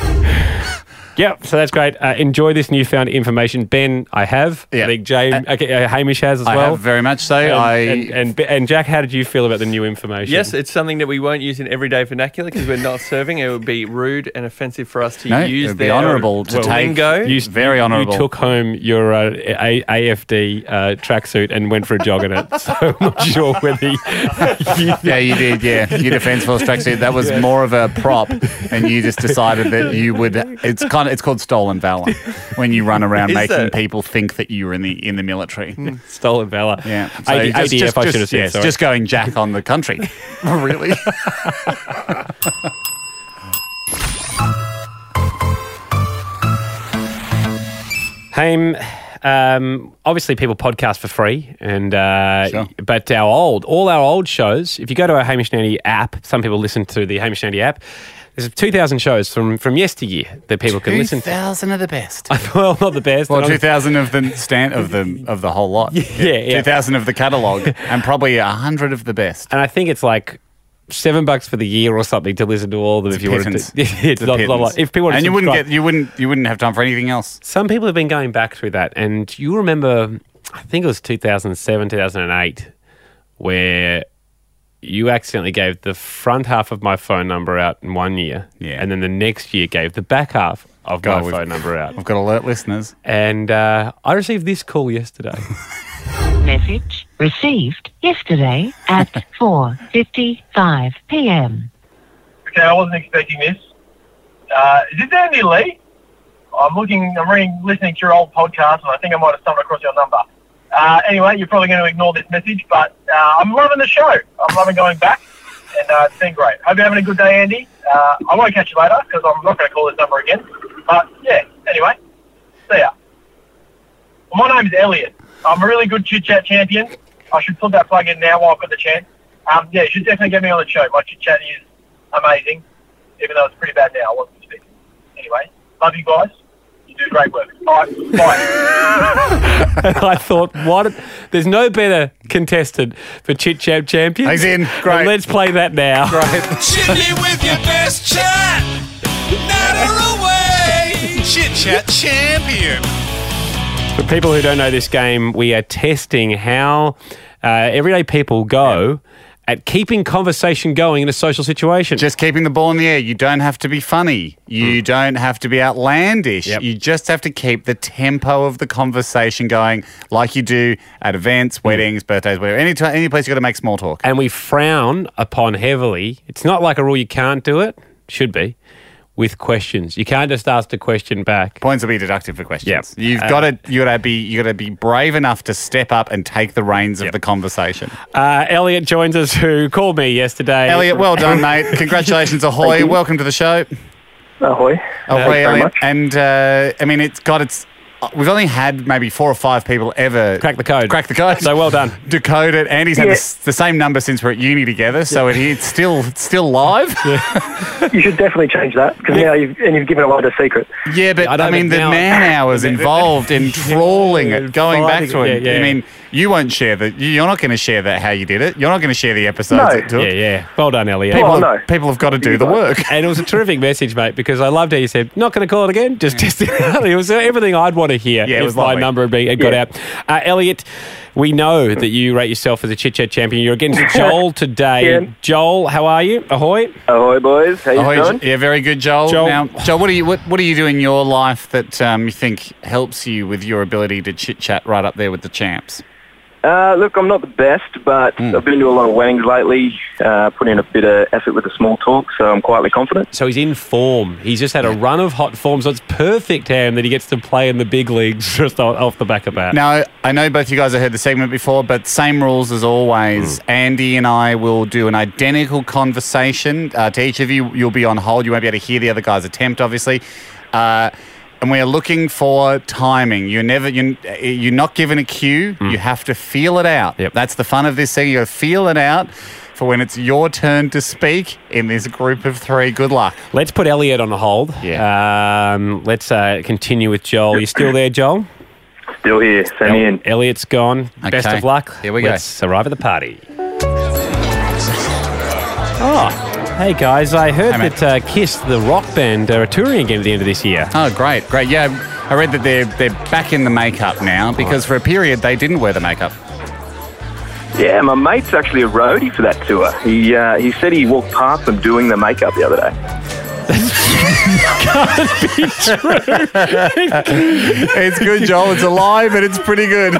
Speaker 1: Yep. So that's great. Uh, enjoy this newfound information, Ben. I have.
Speaker 2: Yeah.
Speaker 1: I think Jay,
Speaker 2: Uh,
Speaker 1: okay, uh, Hamish has as
Speaker 2: I
Speaker 1: well.
Speaker 2: have very much so.
Speaker 1: and,
Speaker 2: I
Speaker 1: and, and and Jack, how did you feel about the new information?
Speaker 7: Yes, it's something that we won't use in everyday vernacular because we're not serving. It would be rude and offensive for us to
Speaker 2: No, it
Speaker 7: use
Speaker 2: would be
Speaker 7: their
Speaker 2: honourable to take-
Speaker 7: lingo.
Speaker 1: You-
Speaker 2: Very
Speaker 1: you-
Speaker 2: honourable.
Speaker 1: You took home your uh, A- AFD uh, tracksuit and went for a jog in it. So I'm not sure whether you,
Speaker 2: yeah, you did. Yeah, your defense force tracksuit. That was more of a prop, and you just decided that you would. It's kind of it's called stolen valor when you run around
Speaker 7: Is
Speaker 2: making
Speaker 7: that-
Speaker 2: people think that you're in the in the military.
Speaker 1: stolen valor.
Speaker 2: Yeah,
Speaker 1: AD, ADF. I should have said.
Speaker 2: yes,
Speaker 1: sorry.
Speaker 2: just going jack on the country. really?
Speaker 1: Haim, um, obviously people podcast for free, and uh,
Speaker 2: Sure.
Speaker 1: but our old, all our old shows. If you go to our Hamish Nanny app, some people listen to the Hamish Nanny app. There's two thousand shows from from yesteryear that people can listen to.
Speaker 2: thousand of the best.
Speaker 1: Well, not the best.
Speaker 2: Well,
Speaker 1: but
Speaker 2: two
Speaker 1: I'm-
Speaker 2: thousand of the stand of the of the whole lot. Yeah,
Speaker 1: yeah.
Speaker 2: two thousand of the catalog, and probably hundred of the best.
Speaker 1: and I think it's like. Seven bucks for the year or something to listen to all of them if you
Speaker 2: Pittance.
Speaker 1: wanted to. it's not, not
Speaker 2: Pittance.
Speaker 1: like- if people wanted
Speaker 2: and
Speaker 1: to
Speaker 2: you wouldn't
Speaker 1: subscribe-
Speaker 2: get you wouldn't you wouldn't have time for anything else.
Speaker 1: Some people have been going back through that, and you remember, I think it was 2007, 2008, where you accidentally gave the front half of my phone number out in one year,
Speaker 2: Yeah.
Speaker 1: and then the next year gave the back half of
Speaker 2: God,
Speaker 1: my
Speaker 2: we've-
Speaker 1: phone number out.
Speaker 2: I've got alert listeners.
Speaker 1: And uh, I received this call yesterday.
Speaker 8: Message received yesterday at 4:55 p.m.
Speaker 5: Okay, I wasn't expecting this. Uh, is this Andy Lee? I'm looking, I'm reading, listening to your old podcast, and I think I might have stumbled across your number. Uh, anyway, you're probably going to ignore this message, but uh, I'm loving the show. I'm loving going back, and uh, it's been great. Hope you're having a good day, Andy. Uh, I won't catch you later because I'm not going to call this number again. But yeah, anyway, see ya. My name's Elliot. I'm a really good chit chat champion. I should put that plug in now while I've got the chance. Um, yeah, you should definitely get me on the show. My chit chat is amazing, even though it's pretty bad now. I wasn't expecting. it. Anyway, love you guys. You do great work. Bye. Bye.
Speaker 1: and I thought, what? There's no better contestant for Chit Chat Champions.
Speaker 2: He's in.
Speaker 1: And
Speaker 2: Great.
Speaker 1: Let's play that now.
Speaker 9: Chit me with your best chat. Natter away. Chit chat champion.
Speaker 1: For people who don't know this game, we are testing how uh, everyday people go at keeping conversation going in a social situation.
Speaker 2: Just keeping the ball in the air. You don't have to be funny. You don't have to be outlandish.
Speaker 1: Hmm. Yep.
Speaker 2: You just have to keep the tempo of the conversation going, like you do at events,
Speaker 1: Hmm.
Speaker 2: weddings, birthdays, whatever. Any, t- any place you've got to make small talk.
Speaker 1: and we frown upon heavily. It's not like a rule you can't do it, should be, with questions. You can't just ask the question back.
Speaker 2: Points will be deducted for questions.
Speaker 1: Yep.
Speaker 2: You've
Speaker 1: Uh,
Speaker 2: got to you got to be you got to be brave enough to step up and take the reins of the conversation.
Speaker 1: Uh, Elliot joins us, who called me yesterday.
Speaker 2: Elliot, well done, mate. Congratulations, ahoy! Welcome to the show.
Speaker 4: Ahoy.
Speaker 2: Oh,
Speaker 4: Thanks
Speaker 2: hey,
Speaker 4: very
Speaker 2: Elliot.
Speaker 4: much.
Speaker 2: And uh, I mean, it's got its. uh, We've only had maybe four or five people ever
Speaker 1: Crack the code.
Speaker 2: Crack the code.
Speaker 1: So well done.
Speaker 2: Decode it. Andy's had
Speaker 4: Yeah.
Speaker 2: the, s- the same number since we're at uni together, so it, it's still it's still live. Yeah,
Speaker 4: You should definitely change that because now you've and you've given away the secret.
Speaker 2: but
Speaker 1: I
Speaker 2: I,
Speaker 1: don't
Speaker 2: mean,
Speaker 1: think
Speaker 2: the
Speaker 1: now-
Speaker 2: man hours involved in trawling it, going back to it.
Speaker 1: Yeah, yeah.
Speaker 2: I mean, you won't share that. You're not going to share that how you did it. You're not going to share the episodes
Speaker 4: No.
Speaker 2: it took.
Speaker 1: Yeah, yeah. Well done, Elliot.
Speaker 2: People,
Speaker 4: Well,
Speaker 2: have,
Speaker 4: no.
Speaker 2: people have got to do the work.
Speaker 1: And it was a terrific message, mate, because I loved how you said, not going to call it again, just test it out. It was uh, everything I'd want to hear
Speaker 2: Yeah, it
Speaker 1: if
Speaker 2: was
Speaker 1: my
Speaker 2: lovely.
Speaker 1: number had been, had got
Speaker 4: Yeah.
Speaker 1: out. Uh, Elliot, we know that you rate yourself as a chit chat champion. You're against Joel today.
Speaker 4: Yeah.
Speaker 1: Joel, how are you? Ahoy.
Speaker 4: Ahoy, boys. How you
Speaker 2: Oh,
Speaker 4: doing?
Speaker 2: yeah, very good, Joel.
Speaker 1: Joel-
Speaker 2: Now, Joel, what do you what, what do you do in your life that um, you think helps you with your ability to chit chat right up there with the champs?
Speaker 5: Uh, look, I'm not the best, but
Speaker 4: Hmm.
Speaker 5: I've been to a lot of weddings lately. Uh, put in a bit of effort with the small talk, so I'm quietly confident.
Speaker 1: So he's in form. He's just had a run of hot form, so it's perfect, Ham, that he gets to play in the big leagues just o- off the back of that.
Speaker 2: Now, I know both you guys have heard the segment before, but same rules as always. Andy and I will do an identical conversation uh, to each of you. You'll be on hold. You won't be able to hear the other guy's attempt, obviously. Uh, and we are looking for timing. You're never you're, you're not given a cue. You have to feel it out.
Speaker 1: Yep.
Speaker 2: That's the fun of this segment. You got to feel it out for when it's your turn to speak in this group of three. Good luck.
Speaker 1: Let's put Elliot on hold.
Speaker 2: Yeah.
Speaker 1: Um, let's uh, continue with Joel. You still there, Joel?
Speaker 5: Still here, send me in.
Speaker 1: Elliot's gone. Best
Speaker 2: Okay.
Speaker 1: of luck.
Speaker 2: Here we go.
Speaker 1: Let's arrive at the party. Oh, Hey guys, I heard that uh, Kiss, the rock band, are touring again at the end of this year.
Speaker 2: Oh, great, great. Yeah, I read that they're they're back in the makeup now because for a period they didn't wear the makeup.
Speaker 10: Yeah, my mate's actually a roadie for that tour. He uh, he said he walked past them doing the makeup the other day.
Speaker 2: it's good, Joel. It's alive and it's pretty good.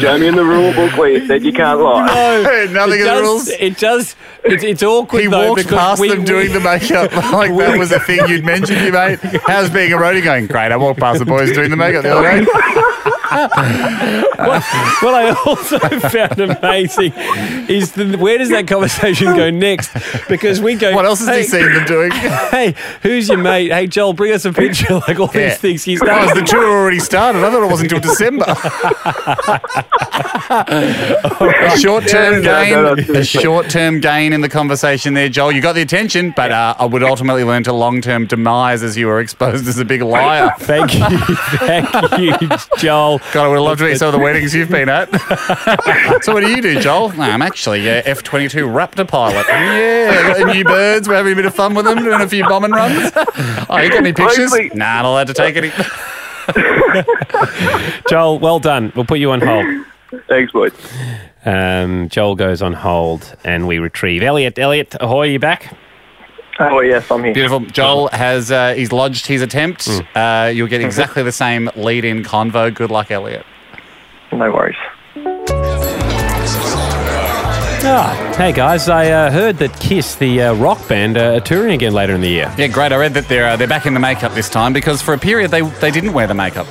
Speaker 10: Show me in the rule book where you said you can't lie.
Speaker 1: it
Speaker 2: nothing in the
Speaker 1: does,
Speaker 2: rules.
Speaker 1: It does. It's, it's awkward.
Speaker 2: He
Speaker 1: though,
Speaker 2: walked
Speaker 1: because
Speaker 2: past
Speaker 1: we-
Speaker 2: them doing the makeup like that was a thing you'd mentioned, you mate. How's being a roadie going? Great. I walked past the boys doing the makeup the other day.
Speaker 1: What I also found amazing is the, where does that conversation go next? Because we go. What
Speaker 2: else has he seen them doing?
Speaker 1: Hey, who's your mate? Hey, Joel, bring us a picture. Like all
Speaker 2: Yeah.
Speaker 1: these things he's
Speaker 2: Oh,
Speaker 1: done.
Speaker 2: is the tour already started? I thought it wasn't until December. Short-term
Speaker 9: Yeah,
Speaker 2: gain,
Speaker 9: no, no,
Speaker 2: a short-term gain in the conversation there, Joel. You got the attention, but uh, I would ultimately learn to long-term demise as you were exposed as a big liar.
Speaker 1: Thank you, thank you, Joel.
Speaker 2: God, I would love to be some of the weddings you've been at. so, what do you do, Joel? No, I'm actually uh, F-22 Raptor pilot. Yeah, got new birds. We're having a bit of fun with them, doing a few bombing runs. Oh, you got any pictures?
Speaker 9: Hopefully-
Speaker 2: Nah, not allowed to take any.
Speaker 1: Joel, well done. We'll put you on hold.
Speaker 10: Thanks, boys.
Speaker 1: Um, Joel goes on hold, and we retrieve Elliot. Elliot, ahoy, you back?
Speaker 10: Oh yes, I'm here.
Speaker 2: Beautiful. Joel has uh, he's lodged his attempt. Uh, you'll get exactly the same lead-in convo. Good luck, Elliot.
Speaker 10: No worries.
Speaker 1: Ah, hey guys, I uh, heard that Kiss, the uh, rock band, uh, are touring again later in the year.
Speaker 2: Yeah, great. I read that they're uh, they're back in the makeup this time because for a period they they didn't wear the makeup.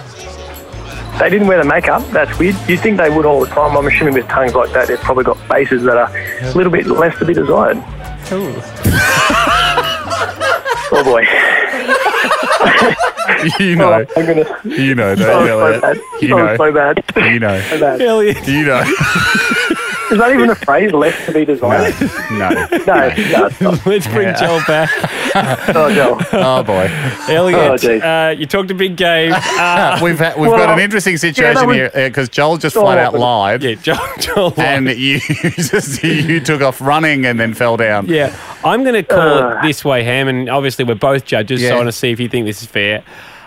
Speaker 10: They didn't wear the makeup. That's weird. You think they would all the time? I'm assuming with tongues like that, they've probably got faces that are a little bit less to be desired. Oh boy. Oh,
Speaker 2: you know.
Speaker 10: I'm gonna.
Speaker 2: You know,
Speaker 10: That
Speaker 2: don't
Speaker 10: was
Speaker 2: you,
Speaker 10: Oh, so bad.
Speaker 2: Elliot? You
Speaker 10: That was
Speaker 2: know.
Speaker 10: so bad.
Speaker 2: You know.
Speaker 10: So bad.
Speaker 1: Elliot.
Speaker 2: You know.
Speaker 10: Is that even a phrase? Less to be desired.
Speaker 2: No.
Speaker 10: No. no, it's not.
Speaker 1: Let's bring
Speaker 10: Yeah.
Speaker 1: Joel back.
Speaker 10: Oh, Joel.
Speaker 2: Oh boy.
Speaker 1: Elliot,
Speaker 10: Oh, geez.
Speaker 1: uh, you talked a big game. Uh,
Speaker 2: we've had, we've got an interesting situation here because Joel just
Speaker 1: Oh,
Speaker 2: flat out
Speaker 1: but-
Speaker 2: lied.
Speaker 1: Yeah, Joel, Joel lied.
Speaker 2: And you just you took off running and then fell down.
Speaker 1: Yeah, I'm going to call
Speaker 10: Uh.
Speaker 1: it this way, Ham, and obviously we're both judges, so
Speaker 2: Yeah.
Speaker 1: I want to see if you think this is fair.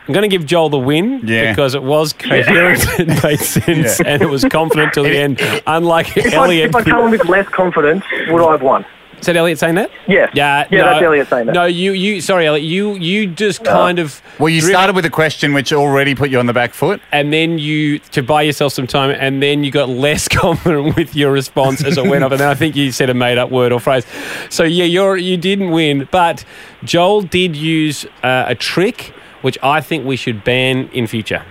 Speaker 1: I'm going to give Joel the win
Speaker 2: Yeah.
Speaker 1: because it was coherent, it made sense,
Speaker 2: Yeah.
Speaker 1: and it was confident till the end. Unlike
Speaker 10: If I,
Speaker 1: Elliot.
Speaker 10: if I come with less confidence, would I have won?
Speaker 1: Is that Elliot saying that?
Speaker 10: Yes.
Speaker 1: Yeah,
Speaker 10: Yeah,
Speaker 1: no,
Speaker 10: that's Elliot saying that. Uh.
Speaker 1: No, you, you, sorry, Elliot, you, you just kind of,
Speaker 2: Well, you started with a question which already put you on the back foot.
Speaker 1: and then you to buy yourself some time, and then you got less confident with your response as it went up, and then I think you said a made up word or phrase. So yeah, you're you didn't win, but Joel did use uh, a trick, which I think we should ban in future.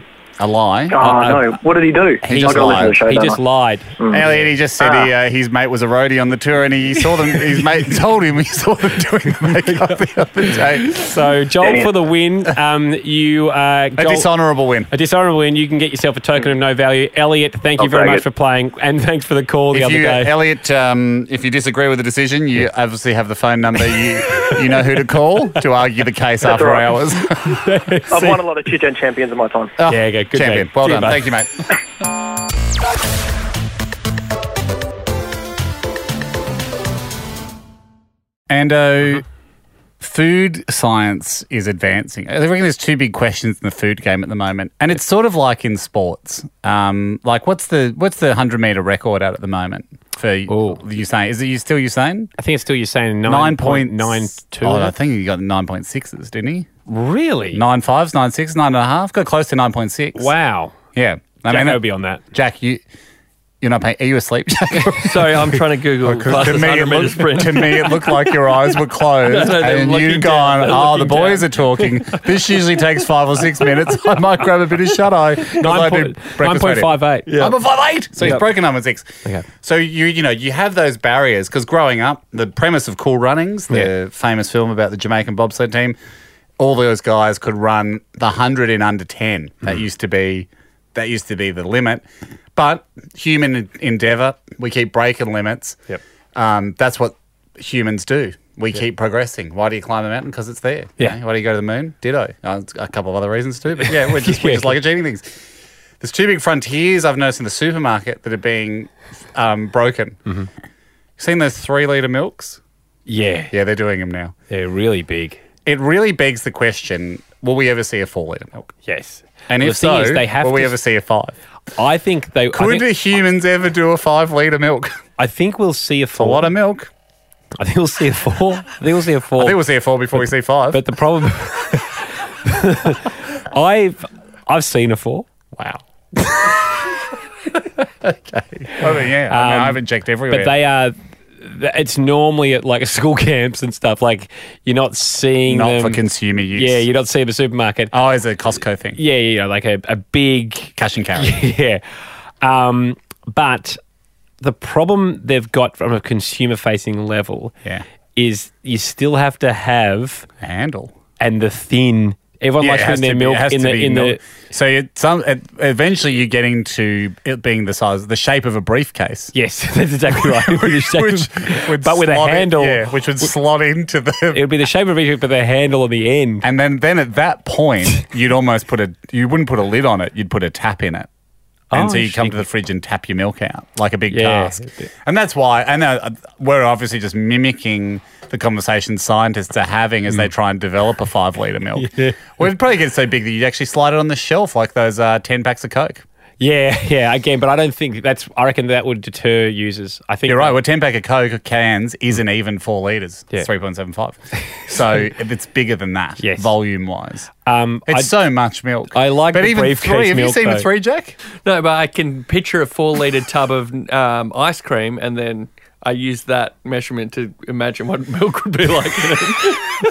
Speaker 2: A lie.
Speaker 10: Oh, no. What did he do?
Speaker 1: Uh, He
Speaker 10: I
Speaker 1: just
Speaker 10: gotta listen to the
Speaker 1: lied.
Speaker 10: show,
Speaker 1: he
Speaker 10: don't
Speaker 1: just
Speaker 10: I? Hmm.
Speaker 1: lied.
Speaker 2: Elliot, he just said he, uh, his mate was a roadie on the tour, and he saw them. His mate told him he saw them doing the makeup the other day.
Speaker 1: So Joel for the win. Um, you uh,
Speaker 2: A
Speaker 1: Joel-
Speaker 2: dishonourable win.
Speaker 1: A dishonourable win. You can get yourself a token of no value. Elliot, thank you
Speaker 10: I'll
Speaker 1: very
Speaker 10: take
Speaker 1: much
Speaker 10: it.
Speaker 1: for playing, and thanks for the call the
Speaker 2: if
Speaker 1: other
Speaker 2: you,
Speaker 1: day.
Speaker 2: Elliot, um, if you disagree with the decision, you obviously have the phone number. You you know who to call to argue the case after
Speaker 10: right.
Speaker 2: hours.
Speaker 10: I've won a lot of chit and champions in my time.
Speaker 2: Oh,
Speaker 1: Yeah, go. Good
Speaker 2: champion.
Speaker 1: mate.
Speaker 2: Well
Speaker 1: See you,
Speaker 2: done.
Speaker 1: bud.
Speaker 2: Thank you, mate. And uh, food science is advancing. I reckon there's two big questions in the food game at the moment, and it's sort of like in sports. Um, like, what's the what's the hundred meter record at at the moment for Usain? Is it you still Usain?
Speaker 1: I think it's still you saying
Speaker 2: Nine
Speaker 1: nine
Speaker 2: point
Speaker 1: point nine two.
Speaker 2: Oh, I think he got nine point sixes, didn't he?
Speaker 1: Really?
Speaker 2: Nine fives, nine sixes, nine and a half. Got close to nine point six.
Speaker 1: Wow.
Speaker 2: Yeah, I
Speaker 1: I mean,
Speaker 2: mean,
Speaker 1: no beyond that.
Speaker 2: Jack, you you're not paying. Are you asleep, Jack?
Speaker 7: Sorry, I'm trying to Google
Speaker 2: to,
Speaker 7: fastest
Speaker 2: me it
Speaker 7: 100 meter
Speaker 2: looked,
Speaker 7: sprint.
Speaker 2: to me, it looked like your eyes were closed,
Speaker 7: No, they were
Speaker 2: and
Speaker 7: looking
Speaker 2: you'd gone,
Speaker 7: down, they were
Speaker 2: "Oh,
Speaker 7: looking
Speaker 2: the boys are talking." This usually takes five or six minutes. I might grab a bit of shut eye. 'cause I
Speaker 1: Nine
Speaker 2: do
Speaker 1: point-
Speaker 2: breakfast radio.
Speaker 1: 9.58. Yeah.
Speaker 2: I'm a five eight. So he's
Speaker 1: Yep.
Speaker 2: broken number six.
Speaker 1: Okay.
Speaker 2: So you you know you have those barriers because growing up, the premise of Cool Runnings, the
Speaker 1: Yeah.
Speaker 2: famous film about the Jamaican bobsled team, all those guys could run the hundred in under ten. That
Speaker 1: Hmm.
Speaker 2: used to be that used to be the limit. But human en- endeavor, we keep breaking limits.
Speaker 1: Yep.
Speaker 2: Um, that's what humans do. We keep progressing. Why do you climb a mountain? Because it's there. you
Speaker 1: Yeah.
Speaker 2: know? Why do you go to the moon? Ditto. Uh, a couple of other reasons too. But yeah, we're just, we
Speaker 1: Yeah.
Speaker 2: just like achieving things.
Speaker 1: Mm-hmm.
Speaker 2: There's two big frontiers I've noticed in the supermarket that are being um, broken. Seen those three litre milks?
Speaker 1: Yeah.
Speaker 2: Yeah, they're doing them now.
Speaker 1: They're really big.
Speaker 2: It really begs the question will we ever see a four litre milk?
Speaker 1: Yes.
Speaker 2: And
Speaker 1: Well,
Speaker 2: if
Speaker 1: the thing
Speaker 2: so,
Speaker 1: is, they have
Speaker 2: will we
Speaker 1: to-
Speaker 2: ever see a five?
Speaker 1: I think they.
Speaker 2: Could
Speaker 1: I think,
Speaker 2: humans ever do a five litre milk?
Speaker 1: I think we'll see a four.
Speaker 2: A lot of milk.
Speaker 1: I think we'll see a four. I think we'll see a four. I think
Speaker 2: we'll see a four before we see five.
Speaker 1: But the problem, I've I've seen a four. Wow.
Speaker 2: Oh, yeah. I, mean,
Speaker 1: Um,
Speaker 2: I haven't checked everywhere.
Speaker 1: But they are. th- It's normally at like school camps and stuff. Like you're not seeing
Speaker 2: Not
Speaker 1: them
Speaker 2: for consumer use.
Speaker 1: Yeah, you're not seeing them at the supermarket.
Speaker 2: Oh, it's a Costco thing.
Speaker 1: Yeah, you know, like a, a big cash
Speaker 2: and carry.
Speaker 1: Yeah, um, but the problem they've got from a consumer-facing level,
Speaker 2: Yeah.
Speaker 1: is you still have to have
Speaker 2: a handle
Speaker 1: and the thin. Everyone
Speaker 2: Yeah, it
Speaker 1: likes
Speaker 2: has
Speaker 1: putting their
Speaker 2: to be- it
Speaker 1: milk
Speaker 2: has
Speaker 1: in
Speaker 2: to
Speaker 1: the
Speaker 2: be
Speaker 1: in
Speaker 2: milk. So it, some it, eventually you're getting to it being the size, the shape of a briefcase.
Speaker 1: Yes, that's exactly right. Which, but with a
Speaker 2: slot in-
Speaker 1: handle,
Speaker 2: yeah, which would slot into the. It
Speaker 1: would be the shape of each, but the handle on the end.
Speaker 2: And then, then at that point, you'd almost put a. You wouldn't put a lid on it. You'd put a tap in it.
Speaker 1: Oh,
Speaker 2: And so you come to the fridge and tap your milk out like a big cask. And that's why, and uh, we're obviously just mimicking the conversation scientists are having as they try and develop a five litre milk. Well, it'd probably get so big that you'd actually slide it on the shelf like those uh, 10 packs of Coke.
Speaker 1: Yeah, yeah. Again, but I don't think that's. I reckon that would deter users. I think
Speaker 2: You're right.
Speaker 1: that-
Speaker 2: Well, 10 pack of Coke cans isn't even four litres. It's 3.75. so it's bigger than that, volume wise.
Speaker 1: Um,
Speaker 2: It's
Speaker 7: I-
Speaker 2: so much milk.
Speaker 7: I like
Speaker 2: But
Speaker 7: the
Speaker 2: even
Speaker 7: briefcase
Speaker 2: three, have you
Speaker 7: milk,
Speaker 2: seen a
Speaker 7: though.
Speaker 2: three, Jack?
Speaker 7: No, but I can picture a four liter tub of um, ice cream, and then I use that measurement to imagine what milk would be like.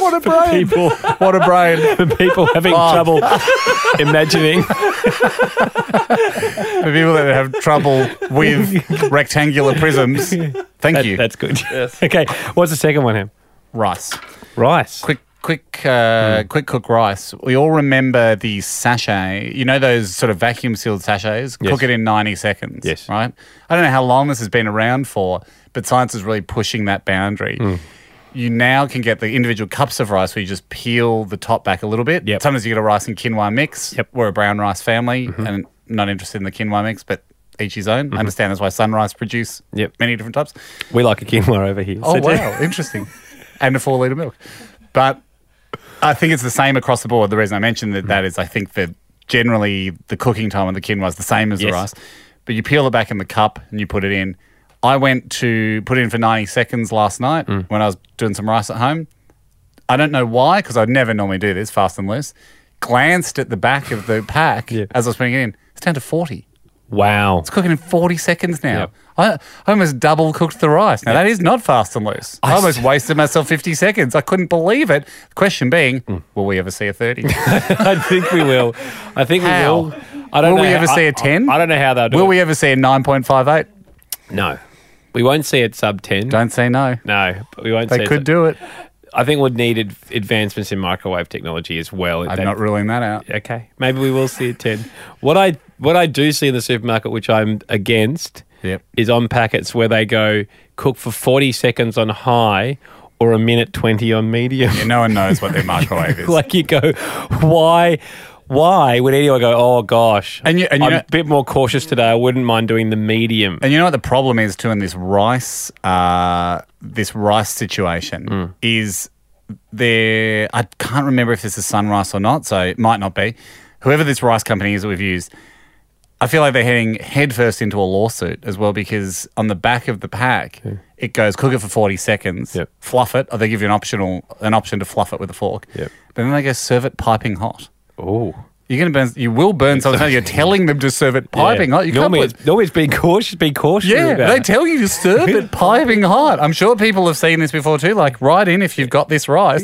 Speaker 2: what a brain.
Speaker 1: People,
Speaker 2: what a brain.
Speaker 1: For people having
Speaker 2: Oh.
Speaker 1: trouble imagining.
Speaker 2: For people that have trouble with rectangular prisms, thank you.
Speaker 1: That's good. okay. What's the second one, Ham?
Speaker 2: Rice.
Speaker 1: Rice.
Speaker 2: Quick, quick, uh, quick cook rice. We all remember the sachet. You know those sort of vacuum sealed sachets.
Speaker 1: Yes.
Speaker 2: Cook it in ninety seconds. Yes. Right. I don't know how long this has been around for, but science is really pushing that boundary. You now can get the individual cups of rice where you just peel the top back a little bit. Yep. Sometimes you get a rice and quinoa mix. Yep. Mm-hmm. We're a brown rice family and not interested in the quinoa mix, but each his own. I understand that's why sunrise produce
Speaker 1: Yep.
Speaker 2: many different types.
Speaker 1: We like a quinoa over here.
Speaker 2: Oh
Speaker 1: So-
Speaker 2: wow, interesting. And a four liter milk, but I think it's the same across the board. The reason I mentioned that, that is I think that generally the cooking time on the quinoa is the same as the
Speaker 1: Yes.
Speaker 2: rice, but you peel it back in the cup and you put it in. I went to put it in for ninety seconds last night when I was doing some rice at home. I don't know why because I'd never normally do this fast and loose. Glanced at the back of the pack as I was putting it in. It's down to forty.
Speaker 1: Wow.
Speaker 2: It's cooking in 40 seconds now. I, I almost double cooked the rice. Now, that is not fast and loose. I, almost wasted myself 50 seconds. I couldn't believe it. The question being, will we ever see a 30?
Speaker 1: I think we will. I think
Speaker 2: How?
Speaker 1: we will. I don't
Speaker 2: Will
Speaker 1: know
Speaker 2: we
Speaker 1: how-
Speaker 2: ever
Speaker 1: I-
Speaker 2: see a 10?
Speaker 1: I, don't know how they'll do
Speaker 2: will
Speaker 1: it.
Speaker 2: we e- ever see a 9.58?
Speaker 1: No. We won't see it sub 10.
Speaker 2: Don't say no.
Speaker 1: No, but we won't
Speaker 2: They
Speaker 1: see
Speaker 2: could do it.
Speaker 1: I think we'll need ad- advancements in microwave technology as well.
Speaker 2: I'm not ruling that out.
Speaker 1: Okay. Maybe we will see a 10. What I what I do see in the supermarket which I'm against
Speaker 2: Yep.
Speaker 1: is on packets where they go cook for 40 seconds on high or a minute 20 on medium.
Speaker 2: Yeah, no one knows what their microwave is.
Speaker 1: like you go, why, why would anyone go? Oh gosh,
Speaker 2: And you- and you
Speaker 1: I'm
Speaker 2: know-
Speaker 1: a bit more cautious today. I wouldn't mind doing the medium.
Speaker 2: And you know what the problem is too in this rice, uh, this rice situation
Speaker 1: Hmm.
Speaker 2: is there. I can't remember if this is Sunrice or not, so it might not be. Whoever this rice company is that we've used, I feel like they're heading headfirst into a lawsuit as well because on the back of the pack
Speaker 1: Hmm.
Speaker 2: it goes cook it for forty seconds, fluff it, or they give you an optional an option to fluff it with a fork. But then they go serve it piping hot.
Speaker 1: Oh.
Speaker 2: You're gonna burn. You will burn something. You're telling them to serve it piping hot. You can't
Speaker 1: normally,
Speaker 2: put-
Speaker 1: it's, normally it's being cautious. Be cautious.
Speaker 2: yeah,
Speaker 1: about
Speaker 2: they
Speaker 1: it.
Speaker 2: tell you to serve it piping hot. I'm sure people have seen this before too. Like, write in if you've got this rice.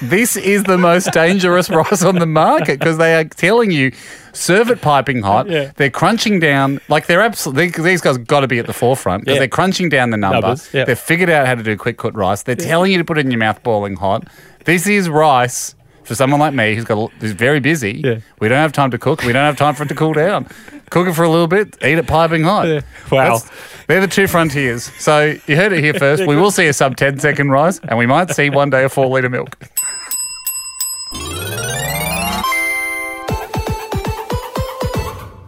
Speaker 2: This is the most dangerous rice on the market because they are telling you serve it piping hot.
Speaker 1: Yeah.
Speaker 2: They're crunching down like they're absolutely these guys got to be at the forefront because
Speaker 1: Yeah.
Speaker 2: they're crunching down the number.
Speaker 1: Numbers, yeah.
Speaker 2: They've figured out how to do quick cut rice. They're telling you to put it in your mouth boiling hot. This is rice. For someone like me who's got a- who's very busy, we don't have time to cook. We don't have time for it to cool down. Cook it for a little bit, eat it piping hot.
Speaker 1: Wow.
Speaker 2: That's- they're the two frontiers. So you heard it here first. We will see a sub 10 second rise, and we might see one day a four litre milk.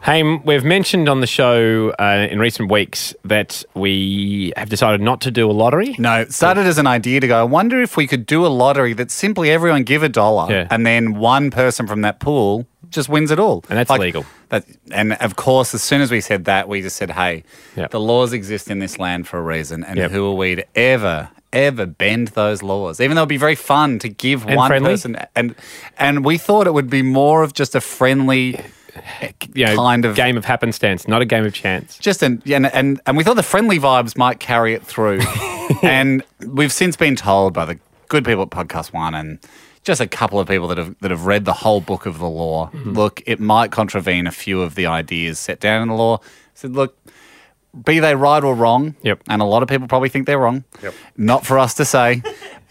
Speaker 1: Hey, m- we've mentioned on the show uh, in recent weeks that we have decided not to do a lottery.
Speaker 2: No, it started as an idea to go, I wonder if we could do a lottery that simply everyone give a dollar
Speaker 1: Yeah.
Speaker 2: and then one person from that pool just wins it all. And that's
Speaker 1: illegal.
Speaker 2: That, and of course, as soon as we said that, we just said, hey, the laws exist in this land for a reason. And
Speaker 1: Yep.
Speaker 2: who are we to ever, ever bend those laws? Even though it'd be very fun to give
Speaker 1: And
Speaker 2: one
Speaker 1: friendly.
Speaker 2: person. And, and we thought it would be more of just a friendly
Speaker 1: You know,
Speaker 2: kind of
Speaker 1: game of happenstance, not a game of chance.
Speaker 2: just an, and and and we thought the friendly vibes might carry it through, and we've since been told by the good people at Podcast One and just a couple of people that have that have read the whole book of the law. Look, it might contravene a few of the ideas set down in the law. Said, look, be they right or wrong, yep. and a lot of people probably think they're wrong. Yep. Not for us to say.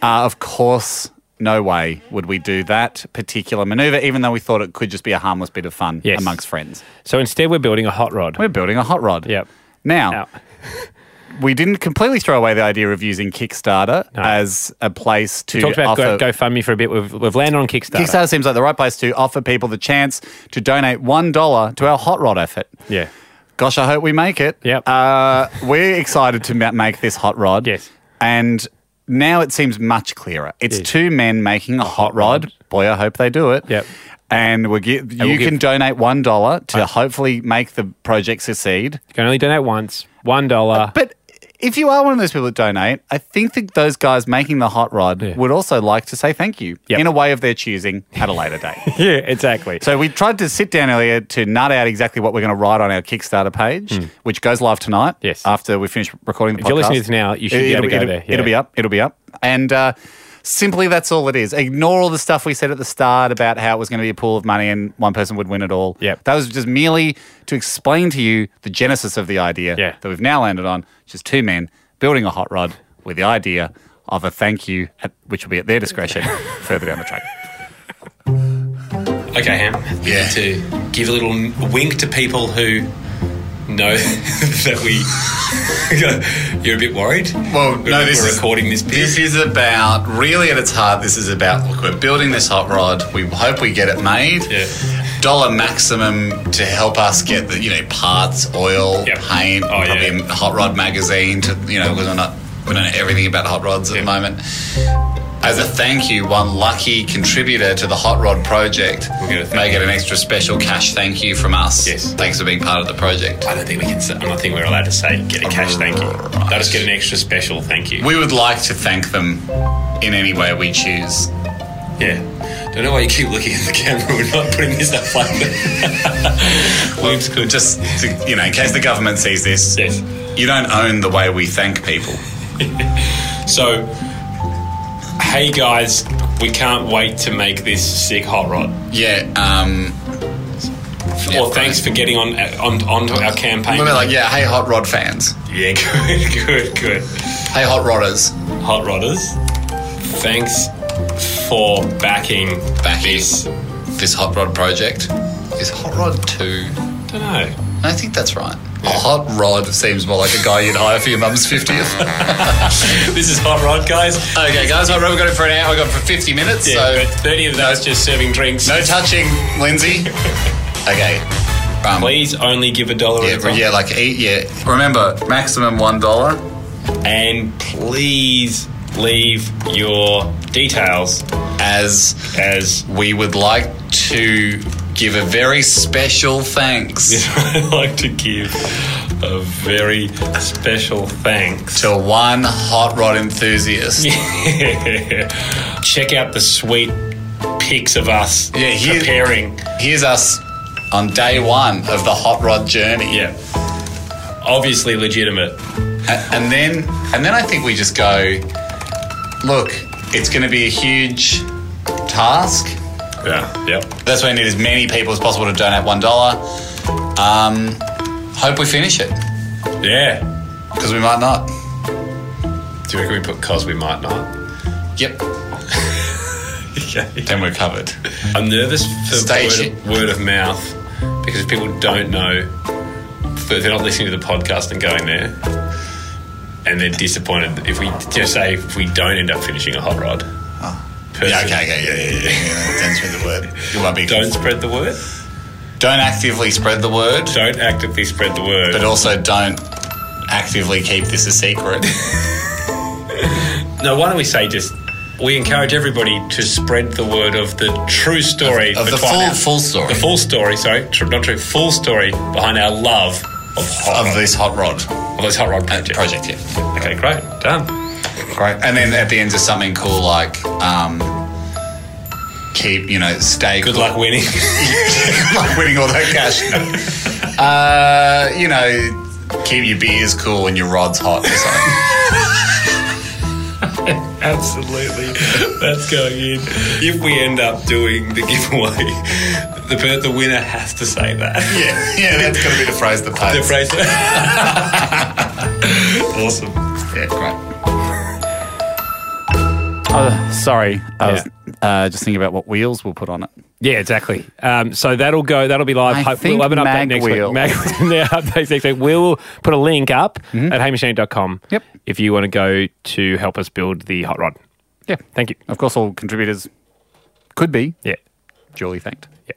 Speaker 2: uh, of course, no way would we do that particular maneuver, even though we thought it could just be a harmless bit of fun
Speaker 1: Yes.
Speaker 2: amongst friends.
Speaker 1: So instead, we're building a hot rod.
Speaker 2: We're building a hot rod. Yep. Now, we didn't completely throw away the idea of using Kickstarter as a place to
Speaker 1: We talked about
Speaker 2: offer.
Speaker 1: Go, GoFundMe for a bit. We've, we've landed on Kickstarter.
Speaker 2: Kickstarter seems like the right place to offer people the chance to donate one dollar to our hot rod effort.
Speaker 1: Yeah.
Speaker 2: Gosh, I hope we make it. Yep. Uh, we're excited to ma- make this hot rod. Yes. And now it seems much clearer. It's two men making a hot rod. Boy, I hope they do it. Yep. And we gi- you
Speaker 1: we'll
Speaker 2: can
Speaker 1: give- Uh.
Speaker 2: donate one dollar to hopefully make the project succeed.
Speaker 1: You can only donate once. One dollar.
Speaker 2: But if you are one of those people that donate, I think that those guys making the hot rod would also like to say thank you in a way of their choosing at a later date.
Speaker 1: yeah, exactly.
Speaker 2: So we tried to sit down earlier to nut out exactly what we're going to write on our Kickstarter page, which goes live tonight. Yes. After we finish recording the
Speaker 1: Hmm. If
Speaker 2: podcast.
Speaker 1: you're listening to this now, you should be able to go
Speaker 2: it'll,
Speaker 1: there, yeah.
Speaker 2: It'll be up. It'll be up. And uh, simply that's all it is. Ignore all the stuff we said at the start about how it was going to be a pool of money and one person would win it all. Yeah. That was just merely to explain to you the genesis of the idea that we've now landed on, which is two men building a hot rod with the idea of a thank you, at, which will be at their discretion further down the track.
Speaker 6: Okay, Ham. We need to give a little wink to people who know that we. You're a bit worried.
Speaker 2: Well,
Speaker 6: We're-
Speaker 2: no, this
Speaker 6: we're
Speaker 2: is
Speaker 6: recording this.
Speaker 2: This is about really at its heart. This is about look, we're building this hot rod. We hope we get it made. Dollar maximum to help us get the you know parts, oil, paint, probably a hot rod magazine. To you know, because we're not we don't know everything about hot rods at the moment. As a thank you, one lucky contributor to the Hot Rod project may get an extra special cash thank you from us. Yes. Thanks for being part of the project.
Speaker 6: I don't think we can. Say, I don't think we're allowed to say get a cash thank you. They'll just get an extra special thank you.
Speaker 2: We would like to thank them in any way we choose.
Speaker 6: Yeah. Don't know why you keep looking at the camera. We're not putting this up like
Speaker 2: Well, just to, you know, in case the government sees this, you don't own the way we thank people.
Speaker 6: So, hey guys, we can't wait to make this sick hot rod.
Speaker 2: Yeah. Um,
Speaker 6: well, thanks for getting on uh, on onto our campaign.
Speaker 2: We're like, yeah, hey, hot rod fans.
Speaker 6: Yeah, good, good, good.
Speaker 2: Hey, hot rodders.
Speaker 6: Hot rodders. Thanks for backing
Speaker 2: backing this, this hot rod project. Is hot rod two?
Speaker 6: Don't know.
Speaker 2: I think that's right. Hot rod seems more like a guy you'd hire for your mum's fiftieth.
Speaker 6: this is hot rod, guys.
Speaker 2: Okay, guys, hot rod. We got it for an hour. We got it for fifty minutes.
Speaker 6: Yeah,
Speaker 2: so
Speaker 6: but thirty of those just serving drinks.
Speaker 2: No touching, Lindsay. Okay. Um,
Speaker 6: Please only give a dollar.
Speaker 2: Yeah, but yeah, like eight. Yeah. Remember, maximum one dollar.
Speaker 6: And please leave your details
Speaker 2: as
Speaker 6: as
Speaker 2: we would like to give a very special thanks.
Speaker 6: I'd like to give a very special thanks
Speaker 2: to one hot rod enthusiast.
Speaker 6: Check out the sweet pics of us
Speaker 2: Yeah, here-
Speaker 6: preparing.
Speaker 2: Here's us on day one of the hot rod journey.
Speaker 6: Yeah. Obviously legitimate.
Speaker 2: And then, and then I think we just go. Look, it's going to be a huge task.
Speaker 6: Yeah. Yep.
Speaker 2: That's why I need as many people as possible to donate one dollar. Um, hope we finish it.
Speaker 6: Yeah.
Speaker 2: Because we might not.
Speaker 6: Do you reckon we put because we might not?
Speaker 2: Yep.
Speaker 6: okay.
Speaker 2: Then we're covered.
Speaker 6: I'm nervous for
Speaker 2: Stage
Speaker 6: word, word of mouth because if people don't know, if they're not listening to the podcast and going there, and they're disappointed if we just say if we don't end up finishing a hot rod.
Speaker 2: Yeah, okay, okay, yeah, yeah, yeah. yeah. Don't spread the word. You might be
Speaker 6: Don't spread the word.
Speaker 2: Don't actively spread the word.
Speaker 6: Don't actively spread the word.
Speaker 2: But also don't actively keep this a secret.
Speaker 6: No, why don't we say just we encourage everybody to spread the word of the true story
Speaker 2: Of- of the
Speaker 6: between
Speaker 2: full-
Speaker 6: our-
Speaker 2: full story.
Speaker 6: The full story, sorry, tr- not true, full story behind our love of hot
Speaker 2: Of
Speaker 6: rod.
Speaker 2: this hot rod.
Speaker 6: Of this hot rod project.
Speaker 2: project, yeah.
Speaker 6: Okay, great. Done.
Speaker 2: Great. And then at the end is something cool like um, keep, you know, stay Good
Speaker 6: luck winning.
Speaker 2: Good luck winning all that cash. No. Uh, you know, keep your beers cool and your rods hot or something.
Speaker 6: Absolutely. That's going in. If we end up doing the giveaway, the per- the winner has to say that.
Speaker 2: Yeah, yeah, that's got to be the phrase that pays.
Speaker 6: The phrase. awesome.
Speaker 2: Yeah, great. Oh, sorry. I was uh, just thinking about what wheels we'll put on it.
Speaker 1: Yeah, exactly. Um, so that'll go. That'll be live.
Speaker 2: I
Speaker 1: Hope-
Speaker 2: think
Speaker 1: we'll have an update
Speaker 2: Mag
Speaker 1: next
Speaker 2: will.
Speaker 1: week. Mag yeah, updates next week. We'll put a link up
Speaker 2: Mm-hmm.
Speaker 1: at hamishane.com Yep. If you want to go to help us build the hot rod.
Speaker 2: Yeah.
Speaker 1: Thank you.
Speaker 2: Of course, all contributors could be.
Speaker 1: Yeah.
Speaker 2: Duly thanked.
Speaker 1: Yeah.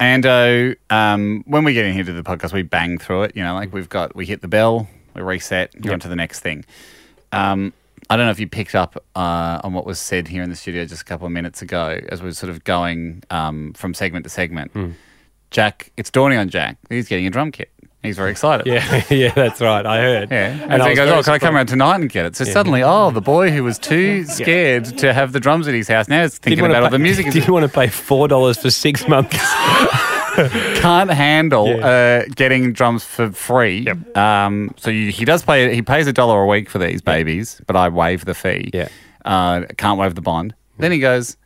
Speaker 2: Ando, um, when we get in here to the podcast, we bang through it. You know, like we've got, we hit the bell, we reset, you're on to the next thing. Um, I don't know if you picked up uh, on what was said here in the studio just a couple of minutes ago as we were sort of going um, from segment to segment.
Speaker 1: Hmm.
Speaker 2: Jack, it's dawning on Jack. He's getting a drum kit. He's very excited.
Speaker 1: Yeah, yeah, that's right. I heard.
Speaker 2: Yeah.
Speaker 1: And
Speaker 2: And,
Speaker 1: I
Speaker 2: so he
Speaker 1: was
Speaker 2: goes,
Speaker 1: very
Speaker 2: Oh, can I come
Speaker 1: surprised."
Speaker 2: around tonight and get it? So
Speaker 1: Yeah.
Speaker 2: suddenly, oh, the boy who was too scared to have the drums at his house now is thinking
Speaker 1: Didn't
Speaker 2: about
Speaker 1: wanna
Speaker 2: all the
Speaker 1: pay-
Speaker 2: music.
Speaker 1: Didn't want to pay four dollars for six months.
Speaker 2: can't handle uh, getting drums for free. Um, so you, he does pay. He pays a dollar a week for these babies, but I waive the fee. Yeah. Uh, can't waive the bond.
Speaker 1: Mm-hmm.
Speaker 2: Then he goes,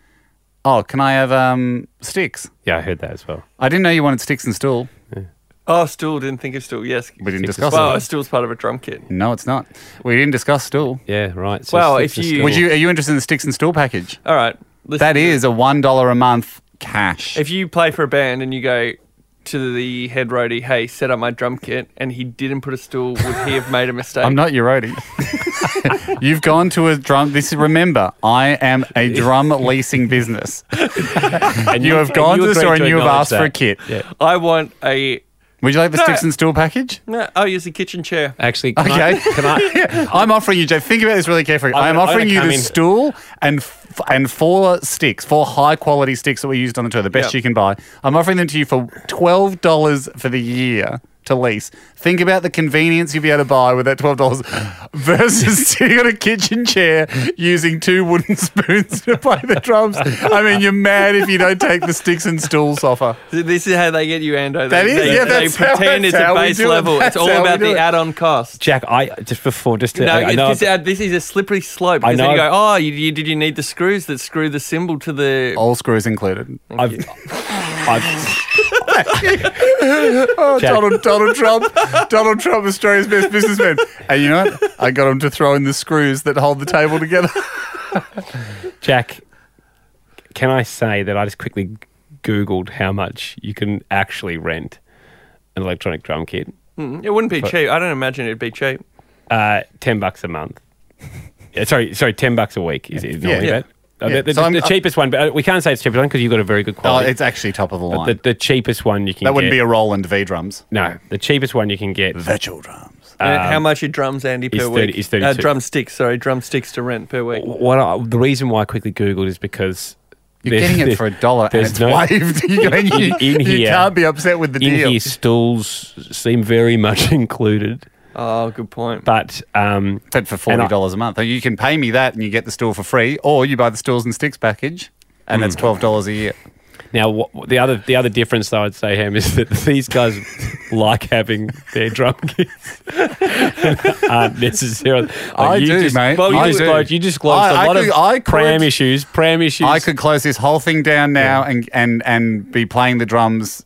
Speaker 2: "Oh, can I have um, sticks?"
Speaker 1: Yeah, I heard that as well.
Speaker 2: I didn't know you wanted sticks and stool.
Speaker 7: Oh, stool. Didn't think of stool. Yes.
Speaker 2: We didn't discuss
Speaker 7: Well,
Speaker 2: it.
Speaker 7: a stool's part of a drum kit.
Speaker 2: No, it's not. We didn't discuss stool.
Speaker 1: Yeah, right.
Speaker 7: so Well, sticks if and you- stool.
Speaker 2: would you are you interested in the sticks and stool package?
Speaker 7: All right.
Speaker 2: that is a one dollar a month cash.
Speaker 7: If you play for a band and you go to the head roadie, hey, set up my drum kit, and he didn't put a stool, would he have made a mistake?
Speaker 2: I'm not your roadie. You've gone to a drum. This is remember, I am a drum leasing business.
Speaker 1: and
Speaker 2: you have gone to the
Speaker 7: agreed
Speaker 2: store and you have
Speaker 7: acknowledge
Speaker 2: asked for a
Speaker 7: that.
Speaker 2: kit.
Speaker 7: I want a.
Speaker 2: Would you like the
Speaker 7: No.
Speaker 2: sticks and stool package?
Speaker 7: No, I'll use the kitchen chair.
Speaker 1: Actually,
Speaker 2: okay. I? am offering you, Jeff. Think about this really carefully.
Speaker 7: I'm
Speaker 2: I am
Speaker 7: gonna- I'm
Speaker 2: offering
Speaker 7: gonna
Speaker 2: you
Speaker 7: come
Speaker 2: the
Speaker 7: in-
Speaker 2: stool and f- and four sticks, four high quality sticks that were used on the tour, the best
Speaker 7: Yep.
Speaker 2: you can buy. I'm offering them to you for twelve dollars for the year to lease. Think about the convenience you'll be able to buy with that twelve dollars versus sitting on a kitchen chair using two wooden spoons to play the drums. I mean, you're mad if you don't take the sticks and stools offer.
Speaker 7: Th- This is how they get you, Ando. They,
Speaker 2: That is-
Speaker 7: they,
Speaker 2: yeah,
Speaker 7: they
Speaker 2: that's how-
Speaker 7: pretend
Speaker 2: that's
Speaker 7: it's
Speaker 2: how
Speaker 7: a
Speaker 2: we
Speaker 7: base
Speaker 2: do it.
Speaker 7: level.
Speaker 2: That's
Speaker 7: it's all
Speaker 2: how we
Speaker 7: about
Speaker 2: do
Speaker 7: the
Speaker 2: it.
Speaker 7: add-on cost.
Speaker 1: Jack, I just before just to,
Speaker 7: No,
Speaker 1: I, I
Speaker 7: it's-
Speaker 1: know
Speaker 7: this, uh, this is a slippery slope.
Speaker 1: I
Speaker 7: Because then you
Speaker 1: know.
Speaker 7: go, oh, you, you, did you need the screws that screw the cymbal to the?
Speaker 2: All screws included.
Speaker 1: I've, I've
Speaker 2: oh,
Speaker 1: Jack.
Speaker 2: Donald, Donald Trump, Donald Trump, Australia's best businessman. And you know what? I got him to throw in the screws that hold the table together.
Speaker 1: Jack, can I say that I just quickly Googled how much you can actually rent an electronic drum kit?
Speaker 7: Mm, It wouldn't be
Speaker 1: But-
Speaker 7: cheap. I don't imagine it'd be cheap.
Speaker 1: Uh, ten bucks a month. Yeah, sorry, sorry, ten bucks a week is it normally
Speaker 7: Yeah.
Speaker 1: that? Uh,
Speaker 7: Yeah.
Speaker 1: the, the-
Speaker 7: So I'm-
Speaker 1: the cheapest one, but uh, we can't say it's the cheapest one because you've got a very good quality.
Speaker 2: Oh, it's actually top of the
Speaker 1: But the, the cheapest one you can
Speaker 2: That wouldn't
Speaker 1: get-
Speaker 2: be a Roland V drums.
Speaker 1: No, the cheapest one you can get.
Speaker 2: Virtual drums.
Speaker 7: And how much are drums, Andy, per
Speaker 1: is 30
Speaker 7: week?
Speaker 1: is
Speaker 7: uh,
Speaker 1: 32.
Speaker 7: drumsticks, sorry, drumsticks to rent per
Speaker 2: Oh.
Speaker 7: week.
Speaker 1: What I, the reason why I quickly Googled is because.
Speaker 2: You're getting it for a dollar and
Speaker 1: there's
Speaker 2: it's waived. You're going, you-
Speaker 1: in
Speaker 2: you
Speaker 1: here,
Speaker 2: can't be upset with the
Speaker 1: in
Speaker 2: deal.
Speaker 1: here, stools seem very much included.
Speaker 7: Oh, good point.
Speaker 1: But um,
Speaker 2: but for
Speaker 1: and I-
Speaker 2: forty dollars a month, you can pay me that and you get the stool for free, or you buy the stools and sticks package, and that's twelve dollars a year.
Speaker 1: Now, wh- the other the other difference, though, I'd say, Ham, is that these guys like having their drum kits aren't necessarily. Like,
Speaker 2: I
Speaker 1: you
Speaker 2: do,
Speaker 1: just,
Speaker 2: mate.
Speaker 1: Well, you
Speaker 2: I
Speaker 1: just
Speaker 2: do.
Speaker 1: Like, you disclosed
Speaker 2: I-
Speaker 1: a
Speaker 2: I
Speaker 1: lot
Speaker 2: could-
Speaker 1: of
Speaker 2: I could-
Speaker 1: pram issues. Pram issues.
Speaker 2: I could close this whole thing down now and and and be playing the drums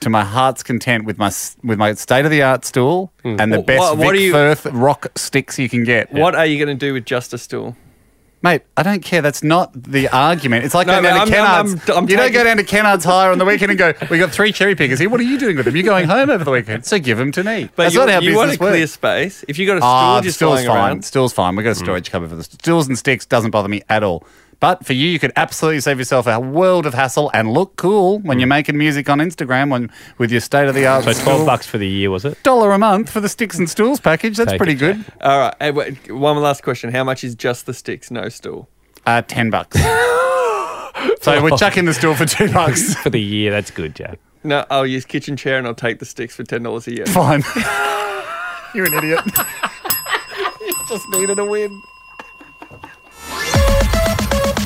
Speaker 2: to my heart's content with my s- with my state of the art stool and the
Speaker 7: Wh-
Speaker 2: best
Speaker 7: Hmm. what- what
Speaker 2: Vic
Speaker 7: do you-
Speaker 2: Firth rock sticks you can get.
Speaker 7: What are you going to do with just a stool?
Speaker 2: Mate, I don't care. That's not the argument. It's like
Speaker 7: No,
Speaker 2: going down to
Speaker 7: mate, I'm- I'm-
Speaker 2: Kennards.
Speaker 7: I'm- I'm
Speaker 2: you don't
Speaker 7: taking-
Speaker 2: go down to Kennards Hire on the weekend and go, we got three cherry pickers here. What are you doing with them? You're going home over the weekend. So give them to me.
Speaker 7: But
Speaker 2: That's
Speaker 7: you,
Speaker 2: not how
Speaker 7: you
Speaker 2: business
Speaker 7: want a
Speaker 2: works.
Speaker 7: clear space. If you got a stool
Speaker 2: Ah,
Speaker 7: just
Speaker 2: still's
Speaker 7: lying
Speaker 2: fine.
Speaker 7: around, Hmm.
Speaker 2: Still's fine. We've got a storage cupboard for the stools and sticks. Doesn't bother me at all. But for you, you could absolutely save yourself a world of hassle and look cool
Speaker 7: Hmm.
Speaker 2: when you're making music on Instagram when, with your state of the art.
Speaker 1: So twelve bucks for the year was it?
Speaker 2: dollar a month for the sticks and stools package. That's
Speaker 1: Take
Speaker 2: pretty
Speaker 1: it,
Speaker 2: good.
Speaker 7: All right. Hey, wait, one last question. How much is just the sticks, no stool?
Speaker 2: Uh, ten bucks. so we're chucking the stool for two bucks
Speaker 1: for the year. That's good, Jack.
Speaker 7: No, I'll use kitchen chair and I'll take the sticks for ten dollars a year.
Speaker 2: Fine. You're an idiot. you just needed a win.